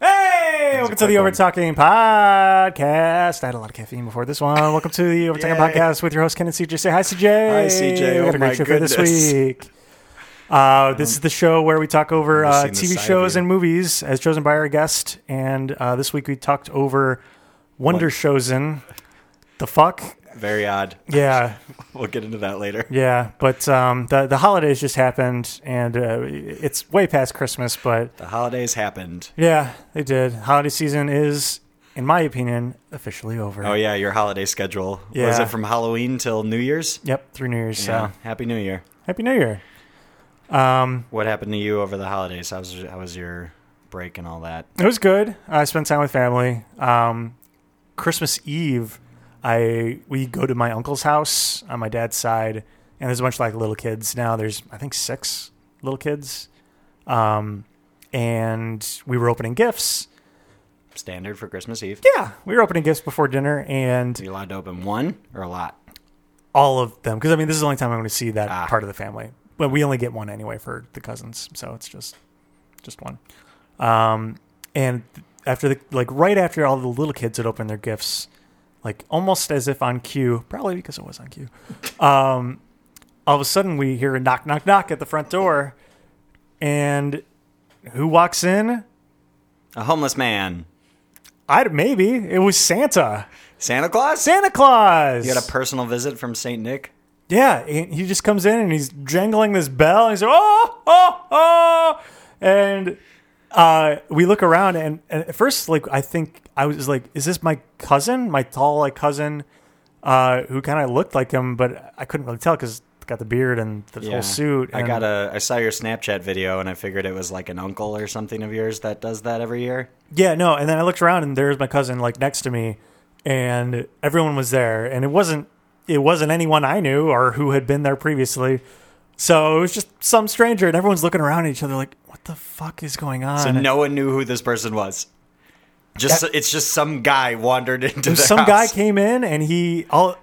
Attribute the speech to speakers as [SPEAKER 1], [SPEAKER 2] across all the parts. [SPEAKER 1] Hey, welcome to
[SPEAKER 2] quick
[SPEAKER 1] the Over
[SPEAKER 2] one.
[SPEAKER 1] Talking Podcast. I had a lot of caffeine before this one. Welcome to the Over Talking
[SPEAKER 2] Yay.
[SPEAKER 1] Podcast with your host Ken and CJ. Say hi, CJ.
[SPEAKER 2] Hi, CJ.
[SPEAKER 1] We got
[SPEAKER 2] Oh
[SPEAKER 1] a great
[SPEAKER 2] my
[SPEAKER 1] show for this
[SPEAKER 2] goodness. Um,
[SPEAKER 1] week. Uh, this is the show where we talk over
[SPEAKER 2] Never
[SPEAKER 1] uh,
[SPEAKER 2] seen this
[SPEAKER 1] TV
[SPEAKER 2] side of
[SPEAKER 1] shows
[SPEAKER 2] you.
[SPEAKER 1] and movies as chosen by our guest. And uh, this week we talked over Wonder Chosen. The fuck?
[SPEAKER 2] Very odd.
[SPEAKER 1] Yeah,
[SPEAKER 2] We'll get into that later.
[SPEAKER 1] yeah. But um, the the holidays just happened, and uh, it's way past Christmas. But
[SPEAKER 2] The holidays happened.
[SPEAKER 1] yeah, they did. Holiday season is, in my opinion, officially over.
[SPEAKER 2] Oh yeah, your holiday schedule. Was
[SPEAKER 1] Yeah.
[SPEAKER 2] it from Halloween till New Year's?
[SPEAKER 1] Yep, through New Year's. So
[SPEAKER 2] Happy New Year.
[SPEAKER 1] happy New Year. Um,
[SPEAKER 2] What happened to you over the holidays? How was how was your break and all that?
[SPEAKER 1] it was good. I spent time with family. Um, Christmas Eve, I we go to my uncle's house on my dad's side, and there's a bunch of like little kids now. There's I think six little kids, um, and we were opening gifts.
[SPEAKER 2] Standard for Christmas Eve.
[SPEAKER 1] Yeah, we were opening gifts before dinner, and
[SPEAKER 2] You allowed to open one or a lot?
[SPEAKER 1] all of them because I mean this is the only time I'm going to see that
[SPEAKER 2] Ah.
[SPEAKER 1] part of the family. But we only get one anyway for the cousins, so it's just just one. Um, and after the like right after all the little kids had opened their gifts, like almost as if on cue, probably because it was on cue. Um, all of a sudden we hear a knock, knock, knock at the front door, and who walks in?
[SPEAKER 2] A homeless man.
[SPEAKER 1] I maybe it was Santa,
[SPEAKER 2] Santa Claus.
[SPEAKER 1] Santa Claus.
[SPEAKER 2] you got a personal visit from Saint Nick.
[SPEAKER 1] Yeah, and he just comes in and he's jangling this bell. And he's like, oh, oh, oh, and uh, we look around and, and at first, like, I think I was like, is this my cousin, my tall like cousin, uh, who kind of looked like him, but I couldn't really tell because got the beard and the whole suit.
[SPEAKER 2] I
[SPEAKER 1] and-
[SPEAKER 2] got a. I saw your Snapchat video and I figured it was like an uncle or something of yours that does that every year.
[SPEAKER 1] Yeah, no. And then I looked around and there's my cousin like next to me, and everyone was there, and it wasn't it wasn't anyone I knew or who had been there previously. So it was just some stranger, and everyone's looking around at each other like, "What the fuck is going on?"
[SPEAKER 2] So no one knew who this person was. Just it's just some guy wandered into their
[SPEAKER 1] some
[SPEAKER 2] house.
[SPEAKER 1] guy came in and he all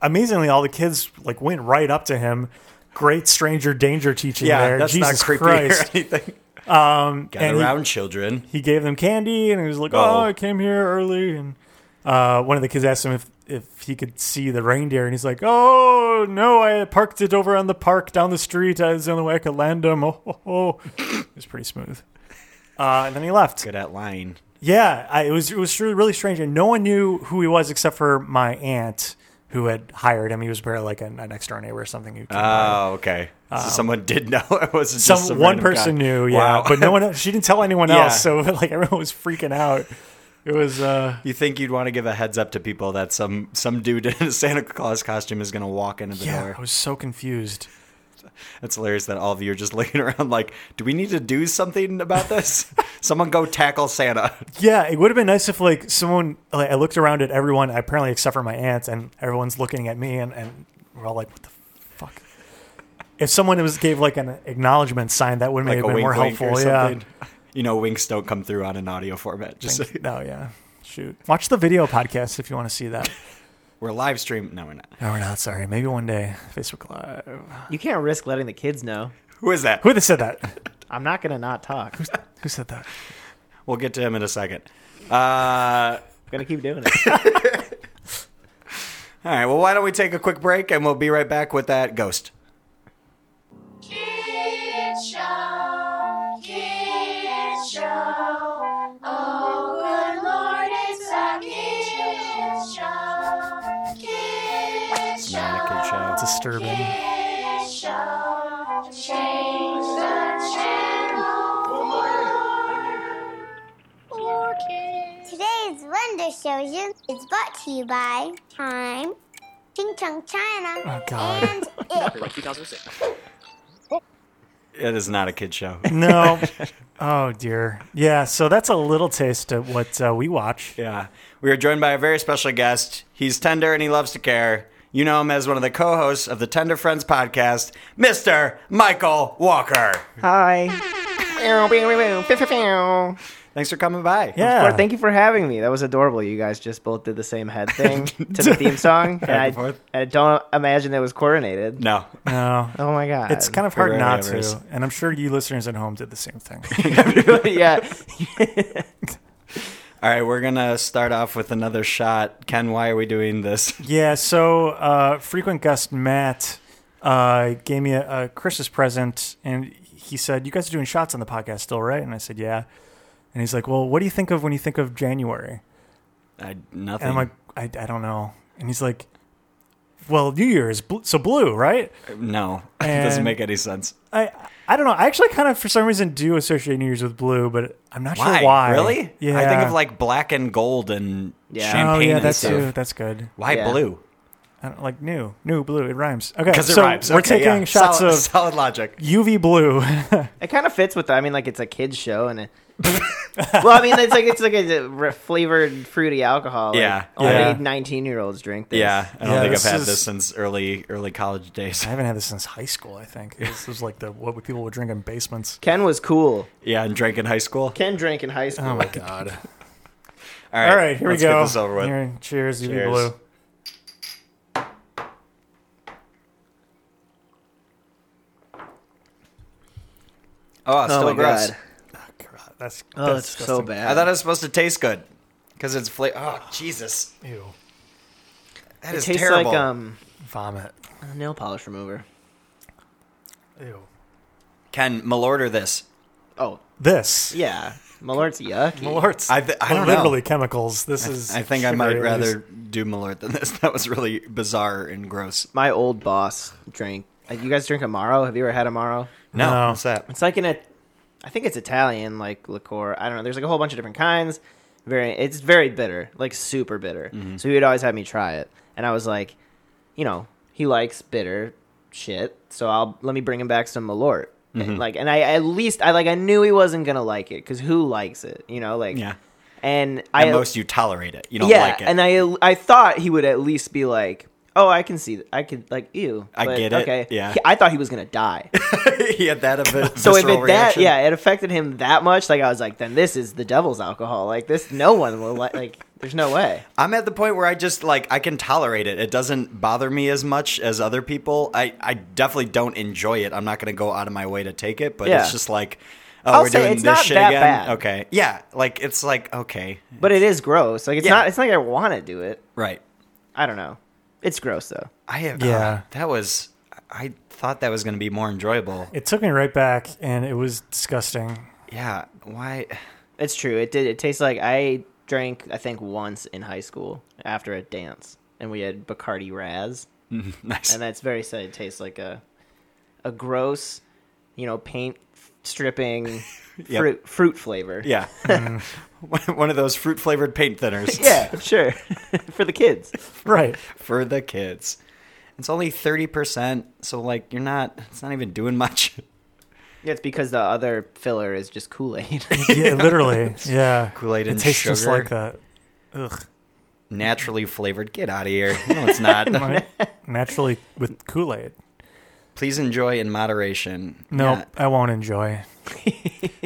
[SPEAKER 1] amazingly all the kids like went right up to him. Great stranger danger teaching
[SPEAKER 2] yeah,
[SPEAKER 1] there.
[SPEAKER 2] that's
[SPEAKER 1] Jesus
[SPEAKER 2] not creepy
[SPEAKER 1] Christ.
[SPEAKER 2] or anything. Um, Gather
[SPEAKER 1] and he-
[SPEAKER 2] around, children.
[SPEAKER 1] he gave them candy and he was like,
[SPEAKER 2] Oh.
[SPEAKER 1] "Oh, I came here early." And uh, one of the kids asked him if if he could see the reindeer, and he's like, "Oh no, I parked it over on the park down the street. That's the only way I could land him." Oh, ho, ho. it was pretty smooth. Uh, and then he left.
[SPEAKER 2] Good at lying.
[SPEAKER 1] Yeah, I, it was it was really, really strange, and no one knew who he was except for my aunt who had hired him. He was apparently like an, an next door neighbor or something. Who came by.
[SPEAKER 2] Oh, okay. so someone did know it was just
[SPEAKER 1] Um, Some
[SPEAKER 2] some
[SPEAKER 1] one
[SPEAKER 2] random guy.
[SPEAKER 1] person knew, yeah,
[SPEAKER 2] Wow.
[SPEAKER 1] but no one. She didn't tell anyone
[SPEAKER 2] Yeah.
[SPEAKER 1] else, so like everyone was freaking out. It was. uh
[SPEAKER 2] you think you'd want to give a heads up to people that some some dude in a Santa Claus costume is going to walk into the
[SPEAKER 1] Yeah,
[SPEAKER 2] door?
[SPEAKER 1] I was so confused.
[SPEAKER 2] It's hilarious that all of you are just looking around like, do we need to do something about this? someone go tackle Santa.
[SPEAKER 1] Yeah, it would have been nice if like someone like I looked around at everyone apparently except for my aunt and everyone's looking at me and, and we're all like, what the fuck? If someone was gave like an acknowledgement sign, that would have
[SPEAKER 2] like
[SPEAKER 1] been
[SPEAKER 2] a wink,
[SPEAKER 1] more
[SPEAKER 2] wink
[SPEAKER 1] helpful.
[SPEAKER 2] or
[SPEAKER 1] yeah.
[SPEAKER 2] something. You know, winks don't come through on an audio format. Just so-
[SPEAKER 1] No, yeah. Shoot. Watch the video podcast if you want to see that.
[SPEAKER 2] we're live stream. No, we're not.
[SPEAKER 1] No, we're not sorry. Maybe one day. Facebook Live.
[SPEAKER 3] You can't risk letting the kids know.
[SPEAKER 2] Who is that?
[SPEAKER 1] Who would have said that?
[SPEAKER 3] I'm not gonna not talk. I'm
[SPEAKER 1] Who said that?
[SPEAKER 2] We'll get to him in a second. Uh,
[SPEAKER 3] gonna keep doing it.
[SPEAKER 2] all right. Well, why don't we take a quick break and we'll be right back with that ghost.
[SPEAKER 4] Kid show, kid show. Oh, good Lord, it's a kid show, kid
[SPEAKER 2] Not a
[SPEAKER 4] show,
[SPEAKER 2] kid show. It's
[SPEAKER 1] Disturbing.
[SPEAKER 4] kid show. Change the channel for more kids.
[SPEAKER 5] Today's Wonder Show is brought to you by Time, Ching Chong China,
[SPEAKER 1] Oh, God.
[SPEAKER 5] and it.
[SPEAKER 2] a- it is not a kid show.
[SPEAKER 1] No. oh, dear. Yeah, so that's a little taste of what uh, we watch.
[SPEAKER 2] yeah. We are joined by a very special guest. He's tender and he loves to care. You know him as one of the co-hosts of the Tender Friends podcast, Mr. Michael Walker.
[SPEAKER 3] Hi.
[SPEAKER 2] Thanks for coming by.
[SPEAKER 1] Yeah.
[SPEAKER 3] Well, thank you for having me. That was adorable. You guys just both did the same head thing to the theme song. and
[SPEAKER 2] and
[SPEAKER 3] I,
[SPEAKER 2] forth.
[SPEAKER 3] I don't imagine that was coordinated.
[SPEAKER 2] No.
[SPEAKER 1] No.
[SPEAKER 3] Oh my god.
[SPEAKER 1] It's kind of
[SPEAKER 2] We're
[SPEAKER 1] hard not
[SPEAKER 2] radiators.
[SPEAKER 1] to, and I'm sure you listeners at home did the same thing.
[SPEAKER 3] of yeah.
[SPEAKER 2] All right, we're going to start off with another shot. Ken, why are we doing this?
[SPEAKER 1] yeah, so uh, frequent guest Matt uh, gave me a, a Christmas present, and he said, "You guys are doing shots on the podcast still, right?" And I said, "Yeah." And he's like, "Well, what do you think of when you think of January?"
[SPEAKER 2] I, nothing.
[SPEAKER 1] And I'm like, "I, I don't know." And he's like, "Well, New Year's, bl- so blue, right?"
[SPEAKER 2] no, it doesn't
[SPEAKER 1] And-
[SPEAKER 2] make any sense.
[SPEAKER 1] I I don't know. I actually kind of, for some reason, do associate New Year's with blue, but I'm not
[SPEAKER 2] Why?
[SPEAKER 1] sure why.
[SPEAKER 2] Really?
[SPEAKER 1] Yeah.
[SPEAKER 2] I think of like black and gold and
[SPEAKER 3] Yeah. Oh,
[SPEAKER 1] oh
[SPEAKER 2] champagne
[SPEAKER 1] yeah,
[SPEAKER 2] and
[SPEAKER 1] that's
[SPEAKER 2] stuff.
[SPEAKER 1] too, that's good.
[SPEAKER 2] Why
[SPEAKER 3] Yeah.
[SPEAKER 2] blue?
[SPEAKER 1] I don't, like new, new blue. It rhymes. Okay,
[SPEAKER 2] Because it
[SPEAKER 1] so
[SPEAKER 2] rhymes.
[SPEAKER 1] We're
[SPEAKER 2] Okay,
[SPEAKER 1] taking
[SPEAKER 2] yeah.
[SPEAKER 1] shots
[SPEAKER 2] solid,
[SPEAKER 1] of
[SPEAKER 2] solid logic.
[SPEAKER 1] UV blue.
[SPEAKER 3] It kind of fits with. The, I mean, like it's a kids show and. It, well, I mean, it's like it's like a re- flavored fruity alcohol. Like,
[SPEAKER 2] Yeah.
[SPEAKER 1] Yeah.
[SPEAKER 3] Only nineteen-year-olds drink this.
[SPEAKER 2] Yeah, I don't
[SPEAKER 1] Yeah,
[SPEAKER 2] think I've
[SPEAKER 1] this
[SPEAKER 2] had
[SPEAKER 1] is-
[SPEAKER 2] this since early early college days.
[SPEAKER 1] I haven't had this since high school. I think this was like the what people would drink in basements.
[SPEAKER 3] Ken was cool.
[SPEAKER 2] Yeah, and drank in high school.
[SPEAKER 3] Ken drank in high school.
[SPEAKER 1] Oh my god!
[SPEAKER 6] God.
[SPEAKER 2] All
[SPEAKER 1] All right, here
[SPEAKER 2] let's
[SPEAKER 1] we go.
[SPEAKER 2] Get this over with.
[SPEAKER 1] Here, cheers, UV
[SPEAKER 2] Cheers.
[SPEAKER 1] blue.
[SPEAKER 2] Oh, still
[SPEAKER 3] Oh my
[SPEAKER 2] gross.
[SPEAKER 3] god.
[SPEAKER 1] God, that's
[SPEAKER 3] Oh, that's so
[SPEAKER 1] disgusting.
[SPEAKER 3] bad.
[SPEAKER 2] I thought it was supposed to taste good because it's flavor. Oh, Jesus,
[SPEAKER 1] Ew,
[SPEAKER 2] that
[SPEAKER 3] it
[SPEAKER 2] is
[SPEAKER 3] tastes
[SPEAKER 2] terrible.
[SPEAKER 3] like um
[SPEAKER 1] vomit.
[SPEAKER 3] a nail polish remover.
[SPEAKER 1] Ew.
[SPEAKER 2] Ken, malorder this.
[SPEAKER 3] Oh
[SPEAKER 1] This.
[SPEAKER 3] yeah, Malort's yuck.
[SPEAKER 1] Malort's
[SPEAKER 2] I th- I don't know.
[SPEAKER 1] literally chemicals. This is.
[SPEAKER 2] I think I
[SPEAKER 1] sugary
[SPEAKER 2] might
[SPEAKER 1] at
[SPEAKER 2] rather
[SPEAKER 1] least.
[SPEAKER 2] do malort than this. That was really bizarre and gross.
[SPEAKER 3] My old boss drank. uh, You guys drink Amaro? Have you ever had Amaro?
[SPEAKER 2] No,
[SPEAKER 1] No.
[SPEAKER 2] what's that?
[SPEAKER 3] It's like in a, I think it's Italian like liqueur. I don't know. There's like a whole bunch of different kinds. Very, it's very bitter, like super bitter.
[SPEAKER 2] Mm-hmm.
[SPEAKER 3] So he would always have me try it, and I was like, you know, he likes bitter shit, so I'll let me bring him back some Malort.
[SPEAKER 2] Mm-hmm.
[SPEAKER 3] And, like, and I at least I like I knew he wasn't gonna like it because who likes it? You know, like
[SPEAKER 2] Yeah.
[SPEAKER 3] And
[SPEAKER 2] At
[SPEAKER 3] I
[SPEAKER 2] most, you tolerate it. You don't
[SPEAKER 3] yeah,
[SPEAKER 2] like it.
[SPEAKER 3] and I I thought he would at least be like, oh, I can see, I could like, ew,
[SPEAKER 2] I
[SPEAKER 3] but
[SPEAKER 2] get it,
[SPEAKER 3] okay,
[SPEAKER 2] yeah.
[SPEAKER 3] He- I thought he was gonna die.
[SPEAKER 2] he had that of a
[SPEAKER 3] so if
[SPEAKER 2] visceral
[SPEAKER 3] it that
[SPEAKER 2] reaction.
[SPEAKER 3] yeah, it affected him that much, like I was like, then this is the devil's alcohol. Like this, no one will like. Like there's no way.
[SPEAKER 2] I'm at the point where I just like I can tolerate it. It doesn't bother me as much as other people. I I definitely don't enjoy it. I'm not going to go out of my way to take it, but
[SPEAKER 3] Yeah.
[SPEAKER 2] it's just like oh,
[SPEAKER 3] I'll
[SPEAKER 2] we're
[SPEAKER 3] say
[SPEAKER 2] doing
[SPEAKER 3] it's
[SPEAKER 2] this
[SPEAKER 3] not
[SPEAKER 2] shit
[SPEAKER 3] that
[SPEAKER 2] again.
[SPEAKER 3] bad.
[SPEAKER 2] Okay. Yeah, like it's like okay.
[SPEAKER 3] But it is gross. Like it's
[SPEAKER 2] Yeah.
[SPEAKER 3] not. It's not like I want to do it.
[SPEAKER 2] Right.
[SPEAKER 3] I don't know. It's gross though.
[SPEAKER 2] I have
[SPEAKER 1] Yeah.
[SPEAKER 2] uh, that was I thought that was going to be more enjoyable.
[SPEAKER 1] It took me right back, and it was disgusting.
[SPEAKER 2] Yeah, why
[SPEAKER 3] It's true. It did. It tastes like I drank. I think once in high school after a dance, and we had Bacardi Raz.
[SPEAKER 2] nice.
[SPEAKER 3] and that's very sad. It tastes like a a gross, you know, paint stripping
[SPEAKER 2] Yep.
[SPEAKER 3] fruit fruit flavor.
[SPEAKER 2] Yeah. One of those fruit flavored paint thinners.
[SPEAKER 3] yeah, sure. For the kids,
[SPEAKER 1] Right.
[SPEAKER 2] for the kids. It's only 30%, so like you're not it's not even doing much.
[SPEAKER 3] yeah, it's because the other filler is just Kool Aid.
[SPEAKER 1] Yeah, literally. Yeah.
[SPEAKER 2] Kool-Aid and
[SPEAKER 1] It tastes just
[SPEAKER 2] sugar.
[SPEAKER 1] like that. Ugh.
[SPEAKER 2] Naturally flavored. Get out of here. No, it's not.
[SPEAKER 1] Right? Naturally with Kool Aid.
[SPEAKER 2] Please enjoy in moderation.
[SPEAKER 1] Nope,
[SPEAKER 2] Yeah.
[SPEAKER 1] I won't enjoy.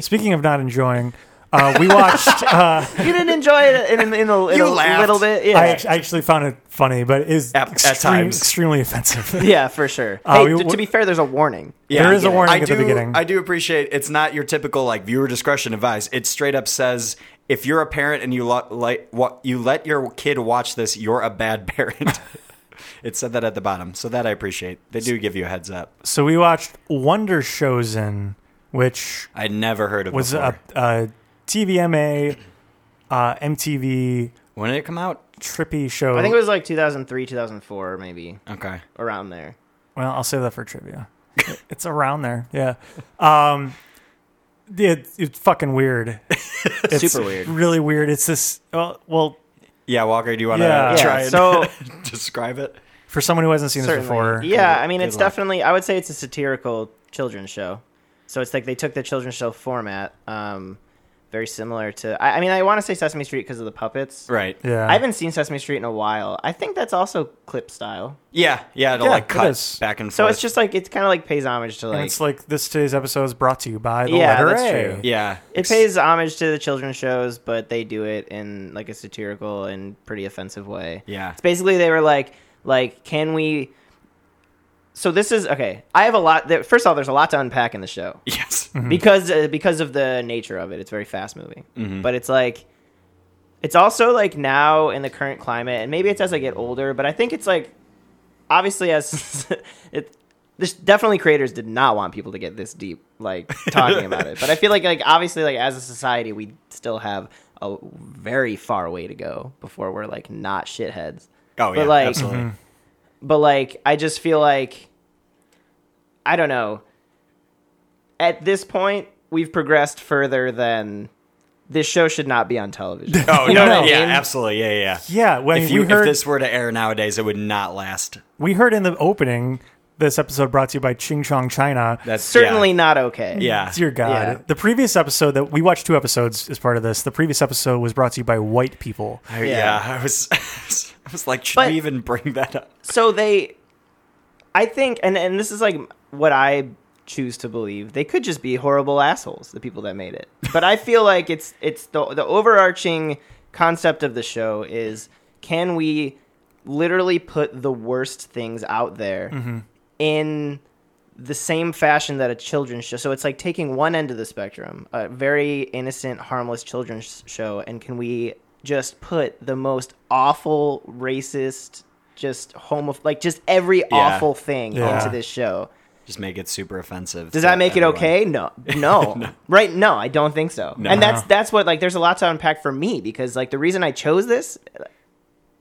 [SPEAKER 1] Speaking of not enjoying, uh, we watched. Uh,
[SPEAKER 3] you didn't enjoy it in, in, in a, in
[SPEAKER 2] You
[SPEAKER 3] a
[SPEAKER 2] laughed.
[SPEAKER 3] little bit, yeah,
[SPEAKER 1] I, act- I actually found it funny, but it is
[SPEAKER 2] At- at
[SPEAKER 1] extreme-
[SPEAKER 2] times.
[SPEAKER 1] extremely offensive.
[SPEAKER 3] yeah, for sure.
[SPEAKER 1] Uh,
[SPEAKER 3] hey,
[SPEAKER 1] we-
[SPEAKER 3] t- to be fair, there's a warning.
[SPEAKER 1] There is a
[SPEAKER 3] yeah.
[SPEAKER 1] warning
[SPEAKER 2] I
[SPEAKER 1] at
[SPEAKER 2] do,
[SPEAKER 1] the beginning.
[SPEAKER 2] I do appreciate it's not your typical like viewer discretion advice. It straight up says if you're a parent and you lo- like what you let your kid watch this, you're a bad parent. it said that at the bottom, so that I appreciate. They do give you a heads up.
[SPEAKER 1] so we watched Wonder Chosen, which
[SPEAKER 2] I'd never heard of
[SPEAKER 1] was
[SPEAKER 2] before.
[SPEAKER 1] a, a TVMA, uh, MTV
[SPEAKER 2] when did it come out?
[SPEAKER 1] trippy show.
[SPEAKER 3] I think it was like 2003, 2004, maybe
[SPEAKER 2] Okay.
[SPEAKER 3] around there.
[SPEAKER 1] Well, I'll save that for trivia. it's around there. Yeah. Um, it, it's fucking weird. It's
[SPEAKER 3] Super weird.
[SPEAKER 1] Really weird. It's this. Well, well,
[SPEAKER 2] Yeah, Walker, do you want to
[SPEAKER 1] Yeah. Yeah,
[SPEAKER 2] try and
[SPEAKER 3] so-
[SPEAKER 2] describe it?
[SPEAKER 1] for someone who hasn't seen this before,
[SPEAKER 3] Certainly. Yeah, I mean,
[SPEAKER 2] Good
[SPEAKER 3] it's
[SPEAKER 2] luck.
[SPEAKER 3] definitely. I would say it's a satirical children's show. So it's like they took the children's show format, um, very similar to. I, I mean, I want to say Sesame Street because of the puppets.
[SPEAKER 2] Right.
[SPEAKER 1] Yeah.
[SPEAKER 3] I haven't seen Sesame Street in a while. I think that's also clip style.
[SPEAKER 2] Yeah. Yeah. It'll
[SPEAKER 1] Yeah,
[SPEAKER 2] like
[SPEAKER 1] it
[SPEAKER 2] cut
[SPEAKER 1] is.
[SPEAKER 2] back and forth.
[SPEAKER 3] So it's just like it's kind of like pays homage to
[SPEAKER 1] and
[SPEAKER 3] like
[SPEAKER 1] it's like this today's episode is brought to you by the
[SPEAKER 3] Yeah,
[SPEAKER 1] letter
[SPEAKER 3] that's
[SPEAKER 1] A.
[SPEAKER 3] true.
[SPEAKER 2] yeah.
[SPEAKER 3] it pays homage to the children's shows, but they do it in like a satirical and pretty offensive way.
[SPEAKER 2] Yeah.
[SPEAKER 3] It's basically they were like, like, can we? So this is okay. I have a lot. There, first of all, there's a lot to unpack in the show
[SPEAKER 2] Yes.
[SPEAKER 1] Mm-hmm.
[SPEAKER 3] because uh, because of the nature of it. It's very fast moving, but it's like it's also like now in the current climate, and maybe it's as I get older. But I think it's like obviously as it. This definitely creators did not want people to get this deep, like talking about it. But I feel like, like obviously, like as a society, we still have a very far way to go before we're like not shitheads
[SPEAKER 2] Oh
[SPEAKER 3] But
[SPEAKER 2] yeah.
[SPEAKER 3] like-
[SPEAKER 2] absolutely.
[SPEAKER 1] Mm-hmm.
[SPEAKER 3] but like I just feel like I don't know. At this point, we've progressed further than this show should not be on television.
[SPEAKER 2] Oh
[SPEAKER 3] You
[SPEAKER 2] no,
[SPEAKER 3] know what I
[SPEAKER 2] Yeah.
[SPEAKER 3] mean?
[SPEAKER 2] Absolutely. Yeah. Yeah. yeah.
[SPEAKER 1] Yeah, when
[SPEAKER 2] If you
[SPEAKER 1] we heard
[SPEAKER 2] if this were to air nowadays, it would not last.
[SPEAKER 1] we heard in the opening this episode brought to you by Ching Chong China.
[SPEAKER 2] That's
[SPEAKER 3] Certainly
[SPEAKER 2] yeah.
[SPEAKER 3] not okay.
[SPEAKER 2] Yeah.
[SPEAKER 1] Dear God.
[SPEAKER 3] Yeah.
[SPEAKER 1] The previous episode that we watched two episodes as part of this, the previous episode was brought to you by white people.
[SPEAKER 2] I-
[SPEAKER 3] Yeah.
[SPEAKER 2] yeah. I was. I was like, should
[SPEAKER 3] But-
[SPEAKER 2] we even bring that up?
[SPEAKER 3] So they, I think, and and this is like what I choose to believe. They could just be horrible assholes, the people that made it. But I feel like it's it's the the overarching concept of the show is can we literally put the worst things out there in the same fashion that a children's show. So it's like taking one end of the spectrum, a very innocent, harmless children's show, and can we just put the most awful, racist, just homo, like just every awful thing
[SPEAKER 1] Yeah.
[SPEAKER 3] into this show?
[SPEAKER 2] Just make it super offensive.
[SPEAKER 3] Does
[SPEAKER 2] to
[SPEAKER 3] that make
[SPEAKER 2] everyone.
[SPEAKER 3] it okay? No, no, right? No, I don't think so. And that's that's what like there's a lot to unpack for me because like the reason I chose this,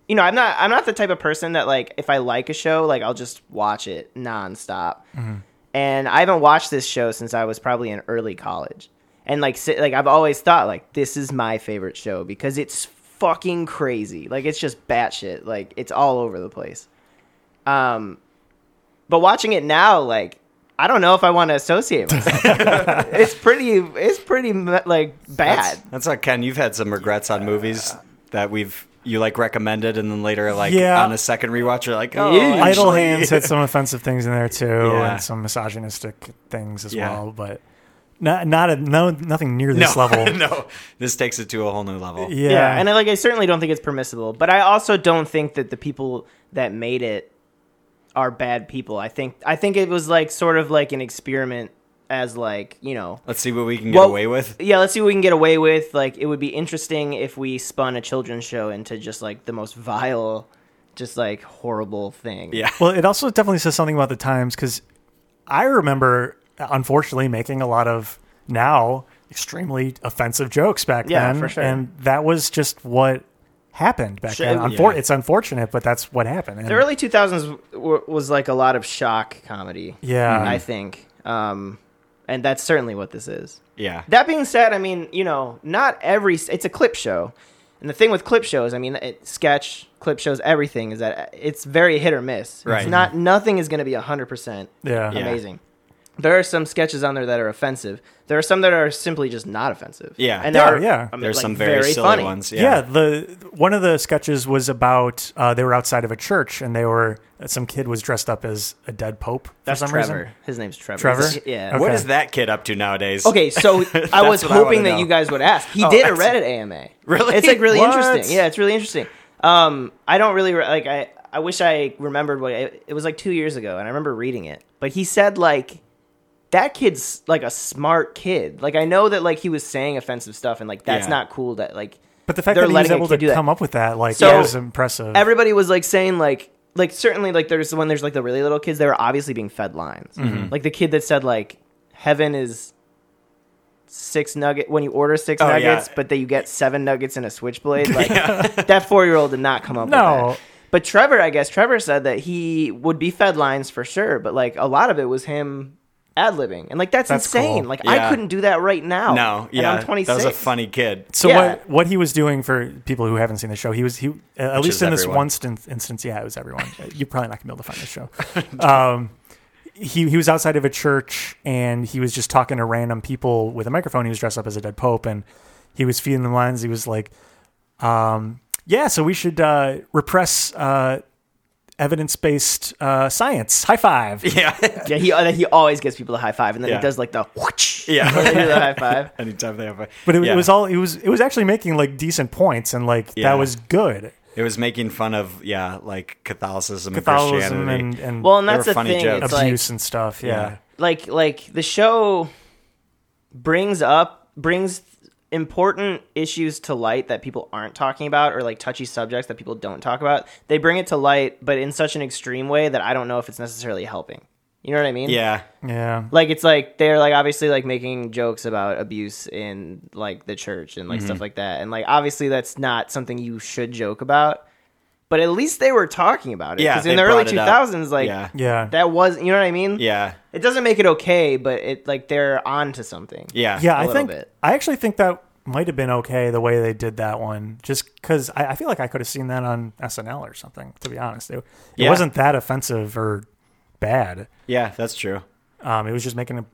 [SPEAKER 3] you know, I'm not I'm not the type of person that like if I like a show like I'll just watch it nonstop. And I haven't watched this show since I was probably in early college, and like si- like I've always thought like this is my favorite show because it's fucking crazy. Like it's just batshit. Like it's all over the place. Um, but watching it now, like I don't know if I want to associate myself. it's pretty, it's pretty like bad.
[SPEAKER 2] That's, that's not Ken. You've had some regrets on movies that we've you like recommended, and then later like
[SPEAKER 1] Yeah.
[SPEAKER 2] on a second rewatch, you're like, oh,
[SPEAKER 3] Yeah.
[SPEAKER 1] Idle
[SPEAKER 2] actually-
[SPEAKER 1] Hands had some offensive things in there too,
[SPEAKER 2] Yeah.
[SPEAKER 1] and some misogynistic things as
[SPEAKER 2] Yeah.
[SPEAKER 1] well, but not not a, no nothing near this level.
[SPEAKER 2] no, this takes it to a whole new level.
[SPEAKER 1] Yeah.
[SPEAKER 3] yeah, and I, like I certainly don't think it's permissible, but I also don't think that the people that made it are bad people. I think I think it was like sort of like an experiment as like you know
[SPEAKER 2] Let's see what we can get
[SPEAKER 3] Well-
[SPEAKER 2] away with.
[SPEAKER 3] yeah let's see what we can get away with like it would be interesting if we spun a children's show into just like the most vile just like horrible thing
[SPEAKER 2] Yeah.
[SPEAKER 1] well, it also definitely says something about the times because I remember, unfortunately, making a lot of now extremely offensive jokes back
[SPEAKER 3] Yeah,
[SPEAKER 1] then,
[SPEAKER 3] for sure.
[SPEAKER 1] and that was just what happened back
[SPEAKER 3] Sure,
[SPEAKER 1] then.
[SPEAKER 3] yeah.
[SPEAKER 1] Unfor- It's unfortunate, but that's what happened. And
[SPEAKER 3] the early 2000s w- was like a lot of shock comedy
[SPEAKER 1] Yeah.
[SPEAKER 3] i think um and that's certainly what this is
[SPEAKER 2] Yeah.
[SPEAKER 3] that being said i mean you know not every it's a clip show and the thing with clip shows i mean it, sketch clip shows everything is that it's very hit or miss
[SPEAKER 2] Right.
[SPEAKER 3] it's not nothing is going to be 100%
[SPEAKER 1] yeah,
[SPEAKER 2] Yeah.
[SPEAKER 3] amazing there are some sketches on there that are offensive there are some that are simply just not offensive
[SPEAKER 2] Yeah.
[SPEAKER 3] and there
[SPEAKER 1] Yeah,
[SPEAKER 3] are
[SPEAKER 1] yeah.
[SPEAKER 3] I mean,
[SPEAKER 2] There's
[SPEAKER 3] like,
[SPEAKER 2] some very, silly
[SPEAKER 3] funny.
[SPEAKER 2] ones. Yeah.
[SPEAKER 1] yeah. The one of the sketches was about uh, they were outside of a church and they were some kid was dressed up as a dead pope
[SPEAKER 3] that's
[SPEAKER 1] for some
[SPEAKER 3] trevor
[SPEAKER 1] reason.
[SPEAKER 3] his name's trevor
[SPEAKER 1] Trevor?
[SPEAKER 3] yeah
[SPEAKER 1] Okay.
[SPEAKER 2] What is that kid up to nowadays?
[SPEAKER 3] Okay, so I was
[SPEAKER 2] what I wanna
[SPEAKER 3] hoping that
[SPEAKER 2] know.
[SPEAKER 3] you guys would ask. He did a
[SPEAKER 2] excellent.
[SPEAKER 3] Reddit AMA.
[SPEAKER 2] Really?
[SPEAKER 3] It's like really
[SPEAKER 2] What?
[SPEAKER 3] interesting. Yeah, it's really interesting. Um, I don't really re- like. I I wish I remembered what I, it was like two years ago, and I remember reading it. But he said like that kid's like a smart kid. Like I know that like he was saying offensive stuff, and like that's
[SPEAKER 2] Yeah.
[SPEAKER 3] not cool. That like
[SPEAKER 1] But the fact
[SPEAKER 3] They're
[SPEAKER 1] that he was
[SPEAKER 3] letting a
[SPEAKER 1] able
[SPEAKER 3] kid
[SPEAKER 1] to
[SPEAKER 3] do that.
[SPEAKER 1] come up with that, like,
[SPEAKER 3] So-
[SPEAKER 1] that was impressive.
[SPEAKER 3] everybody was like saying like like certainly like there's when there's like the really little kids they were obviously being fed lines
[SPEAKER 2] Mm-hmm.
[SPEAKER 3] like the kid that said like heaven is six nugget when you order six
[SPEAKER 2] Oh, yeah.
[SPEAKER 3] nuggets but that you get seven nuggets and a switchblade like that four year old did not come up
[SPEAKER 1] No.
[SPEAKER 3] with that but trevor i guess trevor said that he would be fed lines for sure but like a lot of it was him ad-libbing and like that's,
[SPEAKER 1] That's
[SPEAKER 3] insane
[SPEAKER 1] cool.
[SPEAKER 3] like i
[SPEAKER 2] Yeah.
[SPEAKER 3] couldn't do that right now
[SPEAKER 2] No. Yeah.
[SPEAKER 3] and i'm 26
[SPEAKER 2] That was a funny kid.
[SPEAKER 1] So
[SPEAKER 3] Yeah.
[SPEAKER 1] what what he was doing for people who haven't seen the show, he was he uh, at
[SPEAKER 2] Which
[SPEAKER 1] least
[SPEAKER 2] is
[SPEAKER 1] in this
[SPEAKER 2] everyone.
[SPEAKER 1] one stin- instance, yeah, it was everyone. Uh, You're probably not gonna be able to find this show. Um, he he was outside of a church and he was just talking to random people with a microphone. He was dressed up as a dead pope and he was feeding them lines. He was like, um, "Yeah, so we should uh, repress uh, evidence-based uh, science." High five.
[SPEAKER 2] Yeah.
[SPEAKER 3] Yeah, he uh, he always gets people to high five, and then
[SPEAKER 2] Yeah.
[SPEAKER 3] he does like the whoosh.
[SPEAKER 2] Yeah.
[SPEAKER 3] when they do the high five.
[SPEAKER 2] Anytime they have a.
[SPEAKER 1] But it, it
[SPEAKER 2] yeah.
[SPEAKER 1] was all it was it was actually making like decent points, and like
[SPEAKER 2] Yeah.
[SPEAKER 1] that was good.
[SPEAKER 2] It was making fun of, yeah, like Catholicism, and
[SPEAKER 1] Catholicism
[SPEAKER 2] Christianity.
[SPEAKER 1] and, and
[SPEAKER 3] Well, and
[SPEAKER 2] They
[SPEAKER 3] that's
[SPEAKER 2] were
[SPEAKER 3] the
[SPEAKER 2] funny
[SPEAKER 3] thing.
[SPEAKER 2] jokes.
[SPEAKER 3] It's
[SPEAKER 1] abuse and stuff. Yeah.
[SPEAKER 3] like like like the show brings up brings important issues to light that people aren't talking about or like touchy subjects that people don't talk about. They bring it to light, but in such an extreme way that I don't know if it's necessarily helping. You know what I mean?
[SPEAKER 2] yeah.
[SPEAKER 1] yeah,
[SPEAKER 3] like it's like they're like obviously like making jokes about abuse in like the church and like
[SPEAKER 2] Mm-hmm.
[SPEAKER 3] stuff like that and like obviously that's not something you should joke about but at least they were talking about it
[SPEAKER 2] Yeah,
[SPEAKER 3] in
[SPEAKER 2] they
[SPEAKER 3] the early
[SPEAKER 2] brought it up.
[SPEAKER 3] 2000s like
[SPEAKER 2] Yeah.
[SPEAKER 1] yeah.
[SPEAKER 3] that was you know what i mean
[SPEAKER 2] Yeah.
[SPEAKER 3] it doesn't make it okay but it like they're on to something
[SPEAKER 2] Yeah.
[SPEAKER 1] yeah,
[SPEAKER 3] a
[SPEAKER 1] I
[SPEAKER 3] little
[SPEAKER 1] think
[SPEAKER 3] bit.
[SPEAKER 1] I actually think that might have been okay the way they did that one, just because I, I feel like I could have seen that on SNL or something. To be honest, it, it
[SPEAKER 2] Yeah.
[SPEAKER 1] wasn't that offensive or bad.
[SPEAKER 2] Yeah, that's true.
[SPEAKER 1] Um, it was just making a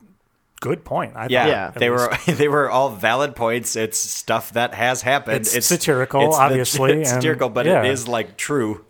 [SPEAKER 1] good point. I
[SPEAKER 2] Yeah,
[SPEAKER 1] thought,
[SPEAKER 3] Yeah.
[SPEAKER 1] at
[SPEAKER 2] they
[SPEAKER 1] least.
[SPEAKER 2] were they were all valid points. It's stuff that has happened.
[SPEAKER 1] It's satirical,
[SPEAKER 2] the-
[SPEAKER 1] obviously,
[SPEAKER 2] it's
[SPEAKER 1] and-
[SPEAKER 2] satirical, but
[SPEAKER 1] yeah.
[SPEAKER 2] it is like true.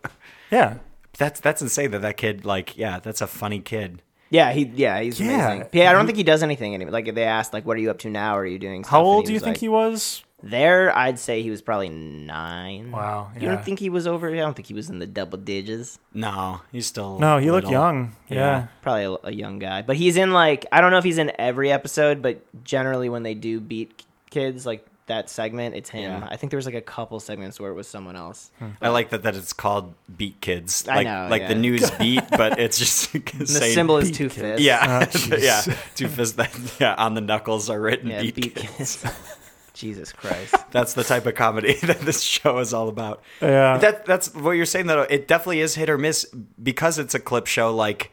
[SPEAKER 1] Yeah,
[SPEAKER 2] That's that's insane that that kid like yeah, that's a funny kid.
[SPEAKER 3] yeah he yeah he's
[SPEAKER 1] Yeah.
[SPEAKER 3] amazing yeah i don't think he does anything anymore like they asked like what are you up to now are you doing stuff?
[SPEAKER 1] how
[SPEAKER 3] And
[SPEAKER 1] old do you
[SPEAKER 3] was
[SPEAKER 1] think
[SPEAKER 3] like-
[SPEAKER 1] he was?
[SPEAKER 3] there i'd say he was probably nine
[SPEAKER 1] Wow,
[SPEAKER 3] you
[SPEAKER 1] yeah.
[SPEAKER 3] don't think he was over i don't think he was in the double digits
[SPEAKER 2] No, he's still
[SPEAKER 1] No, Oh, he looked
[SPEAKER 2] little.
[SPEAKER 1] young. Yeah.
[SPEAKER 2] Yeah.
[SPEAKER 3] probably a, a young guy, but he's in like I don't know if he's in every episode, but generally when they do beat k- kids like that segment, it's him.
[SPEAKER 2] Yeah.
[SPEAKER 3] I think there was like a couple segments where it was someone else.
[SPEAKER 1] Hmm.
[SPEAKER 2] I like that that it's called Beat Kids.
[SPEAKER 3] I
[SPEAKER 2] Like
[SPEAKER 3] know,
[SPEAKER 2] like the
[SPEAKER 3] yeah.
[SPEAKER 2] news beat, but it's just
[SPEAKER 3] And the symbol is
[SPEAKER 1] beat
[SPEAKER 3] two
[SPEAKER 1] kids.
[SPEAKER 3] fists.
[SPEAKER 2] Yeah.
[SPEAKER 1] Oh, jeez.
[SPEAKER 2] yeah. Two fists that yeah, on the knuckles are written
[SPEAKER 3] yeah,
[SPEAKER 2] beat,
[SPEAKER 3] beat
[SPEAKER 2] Kids.
[SPEAKER 3] kids. Jesus Christ.
[SPEAKER 2] That's the type of comedy that this show is all about.
[SPEAKER 1] Yeah.
[SPEAKER 2] That that's what you're saying though. It definitely is hit or miss because it's a clip show like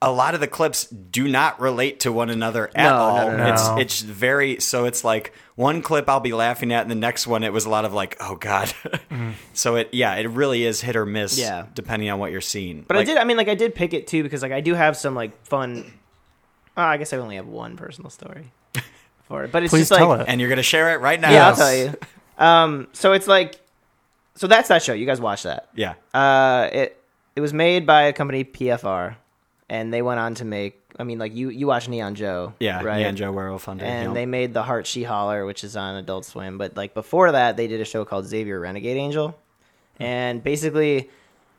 [SPEAKER 2] a lot of the clips do not relate to one another at
[SPEAKER 3] No, no,
[SPEAKER 2] all.
[SPEAKER 3] no,
[SPEAKER 2] It's
[SPEAKER 1] no.
[SPEAKER 2] it's very so it's like one clip I'll be laughing at and the next one it was a lot of like, oh God.
[SPEAKER 1] Mm-hmm.
[SPEAKER 2] So it yeah, it really is hit or miss
[SPEAKER 3] Yeah.
[SPEAKER 2] depending on what you're seeing.
[SPEAKER 3] But
[SPEAKER 2] Like,
[SPEAKER 3] I did I mean like I did pick it too because like I do have some like fun oh, I guess I only have one personal story for it. But it's
[SPEAKER 1] Please
[SPEAKER 3] just
[SPEAKER 1] tell
[SPEAKER 3] like
[SPEAKER 1] it.
[SPEAKER 2] and you're gonna share it right now.
[SPEAKER 3] Yeah, I'll tell you. Um so it's like so that's that show. You guys watch that.
[SPEAKER 2] Yeah.
[SPEAKER 3] Uh, it it was made by a company PFR, and they went on to make. I mean, like you you watch Neon Joe,
[SPEAKER 2] Yeah.
[SPEAKER 3] right?
[SPEAKER 2] Right. Neon Joe Werewolf Hunter.
[SPEAKER 3] and
[SPEAKER 2] yeah.
[SPEAKER 3] they made the Heart She Holler, which is on Adult Swim. But like before that, they did a show called Xavier Renegade Angel, and basically,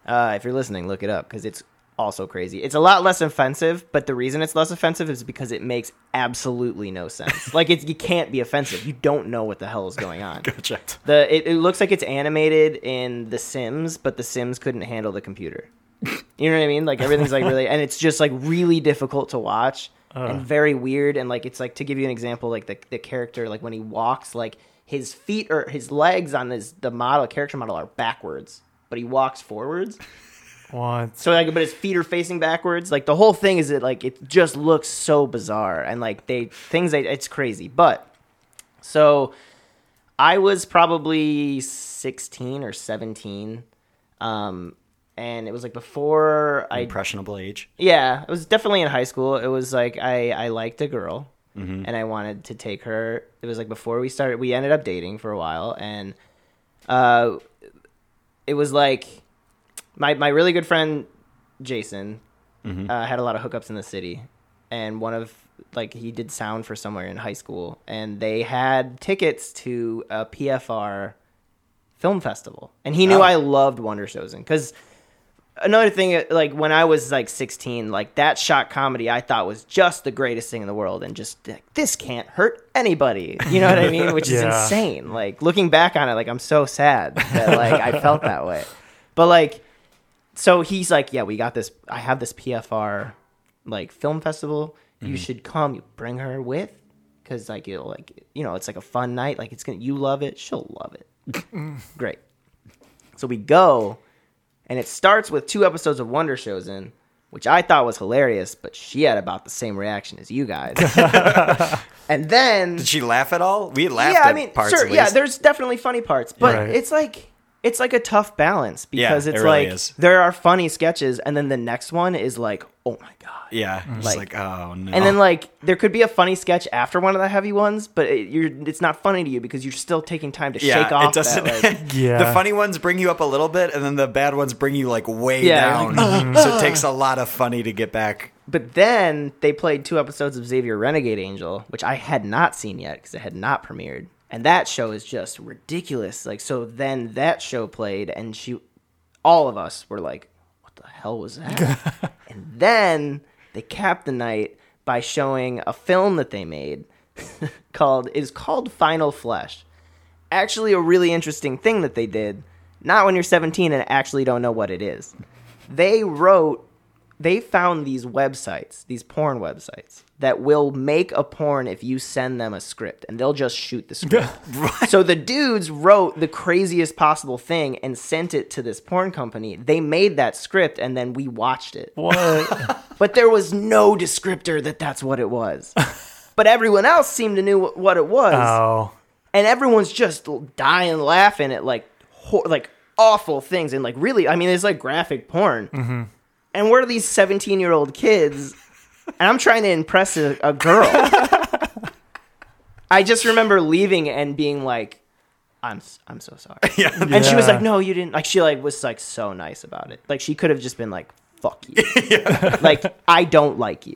[SPEAKER 3] uh, if you're listening, look it up because it's also crazy. It's a lot less offensive, but the reason it's less offensive is because it makes absolutely no sense. like it's you can't be offensive. You don't know what the hell is going on.
[SPEAKER 2] Checked.
[SPEAKER 3] The it, it looks like it's animated in The Sims, but The Sims couldn't handle the computer. You know what I mean? Like everything's like really, and it's just like really difficult to watch and very weird. And like it's like to give you an example, like the the character, like when he walks, like his feet or his legs on his the model character model are backwards, but he walks forwards.
[SPEAKER 1] What?
[SPEAKER 3] So like, but his feet are facing backwards. Like the whole thing is that like it just looks so bizarre and like they things they, it's crazy. But so I was probably sixteen or seventeen, um, and it was like before I
[SPEAKER 2] Impressionable age.
[SPEAKER 3] yeah, it was definitely in high school. It was like I I liked a girl, and I wanted to take her. It was like before we started. We ended up dating for a while, and uh, it was like my my really good friend Jason uh, had a lot of hookups in the city, and one of like he did sound for somewhere in high school, and they had tickets to a PFR film festival, and he knew
[SPEAKER 2] Oh.
[SPEAKER 3] I loved Wonder Chosen because another thing uh, like when i was like 16 like that shock comedy i thought was just the greatest thing in the world and just like, this can't hurt anybody you know what i mean which
[SPEAKER 1] Yeah.
[SPEAKER 3] is insane like looking back on it like i'm so sad that like i felt that way but like so he's like yeah we got this i have this pfr like film festival you should come you bring her with because like it'll like you know it's like a fun night like it's gonna you love it she'll love it great so we go and it starts with two episodes of Wonder Shows in, which I thought was hilarious, but she had about the same reaction as you guys. and then,
[SPEAKER 2] Did she laugh at all? We laughed
[SPEAKER 3] yeah,
[SPEAKER 2] at
[SPEAKER 3] I mean,
[SPEAKER 2] parts.
[SPEAKER 3] sure,
[SPEAKER 2] at
[SPEAKER 3] yeah,
[SPEAKER 2] least.
[SPEAKER 3] there's definitely funny parts, but
[SPEAKER 1] Right.
[SPEAKER 3] it's like it's like a tough balance
[SPEAKER 2] Yeah,
[SPEAKER 3] because
[SPEAKER 2] it
[SPEAKER 3] it's
[SPEAKER 2] really
[SPEAKER 3] like
[SPEAKER 2] is.
[SPEAKER 3] there are funny sketches and then the next one is like, oh my god.
[SPEAKER 2] Yeah, just
[SPEAKER 3] Like-
[SPEAKER 2] like, oh no.
[SPEAKER 3] And then like there could be a funny sketch after one of the heavy ones, but it, you're it's not funny to you because you're still taking time to shake off that like,
[SPEAKER 1] Yeah.
[SPEAKER 2] The funny ones bring you up a little bit, and then the bad ones bring you like way
[SPEAKER 3] Yeah,
[SPEAKER 2] down.
[SPEAKER 1] Mm-hmm.
[SPEAKER 2] so it takes a lot of funny to get back.
[SPEAKER 3] But then they played two episodes of Xavier Renegade Angel, which I had not seen yet because it had not premiered. And that show is just ridiculous. Like, so then that show played, and she, all of us were like, what the hell was that? and then they capped the night by showing a film that they made called, is called Final Flesh. Actually, a really interesting thing that they did, not when you're 17 and actually don't know what it is. They wrote they found these websites, these porn websites, that will make a porn if you send them a script and they'll just shoot the script. So the dudes wrote the craziest possible thing and sent it to this porn company. They made that script and then we watched it.
[SPEAKER 1] What?
[SPEAKER 3] But there was no descriptor that that's what it was. but everyone else seemed to knew wh- what it was
[SPEAKER 1] oh.
[SPEAKER 3] and everyone's just dying laughing at like hor- like awful things and like really i mean it's like graphic porn and where are these 17 year old kids and i'm trying to impress a, a girl i just remember leaving and being like i'm s- i'm so sorry
[SPEAKER 2] Yeah,
[SPEAKER 3] and she was
[SPEAKER 1] Yeah.
[SPEAKER 3] like no you didn't like she like was like so nice about it like she could have just been like fuck you like i don't like you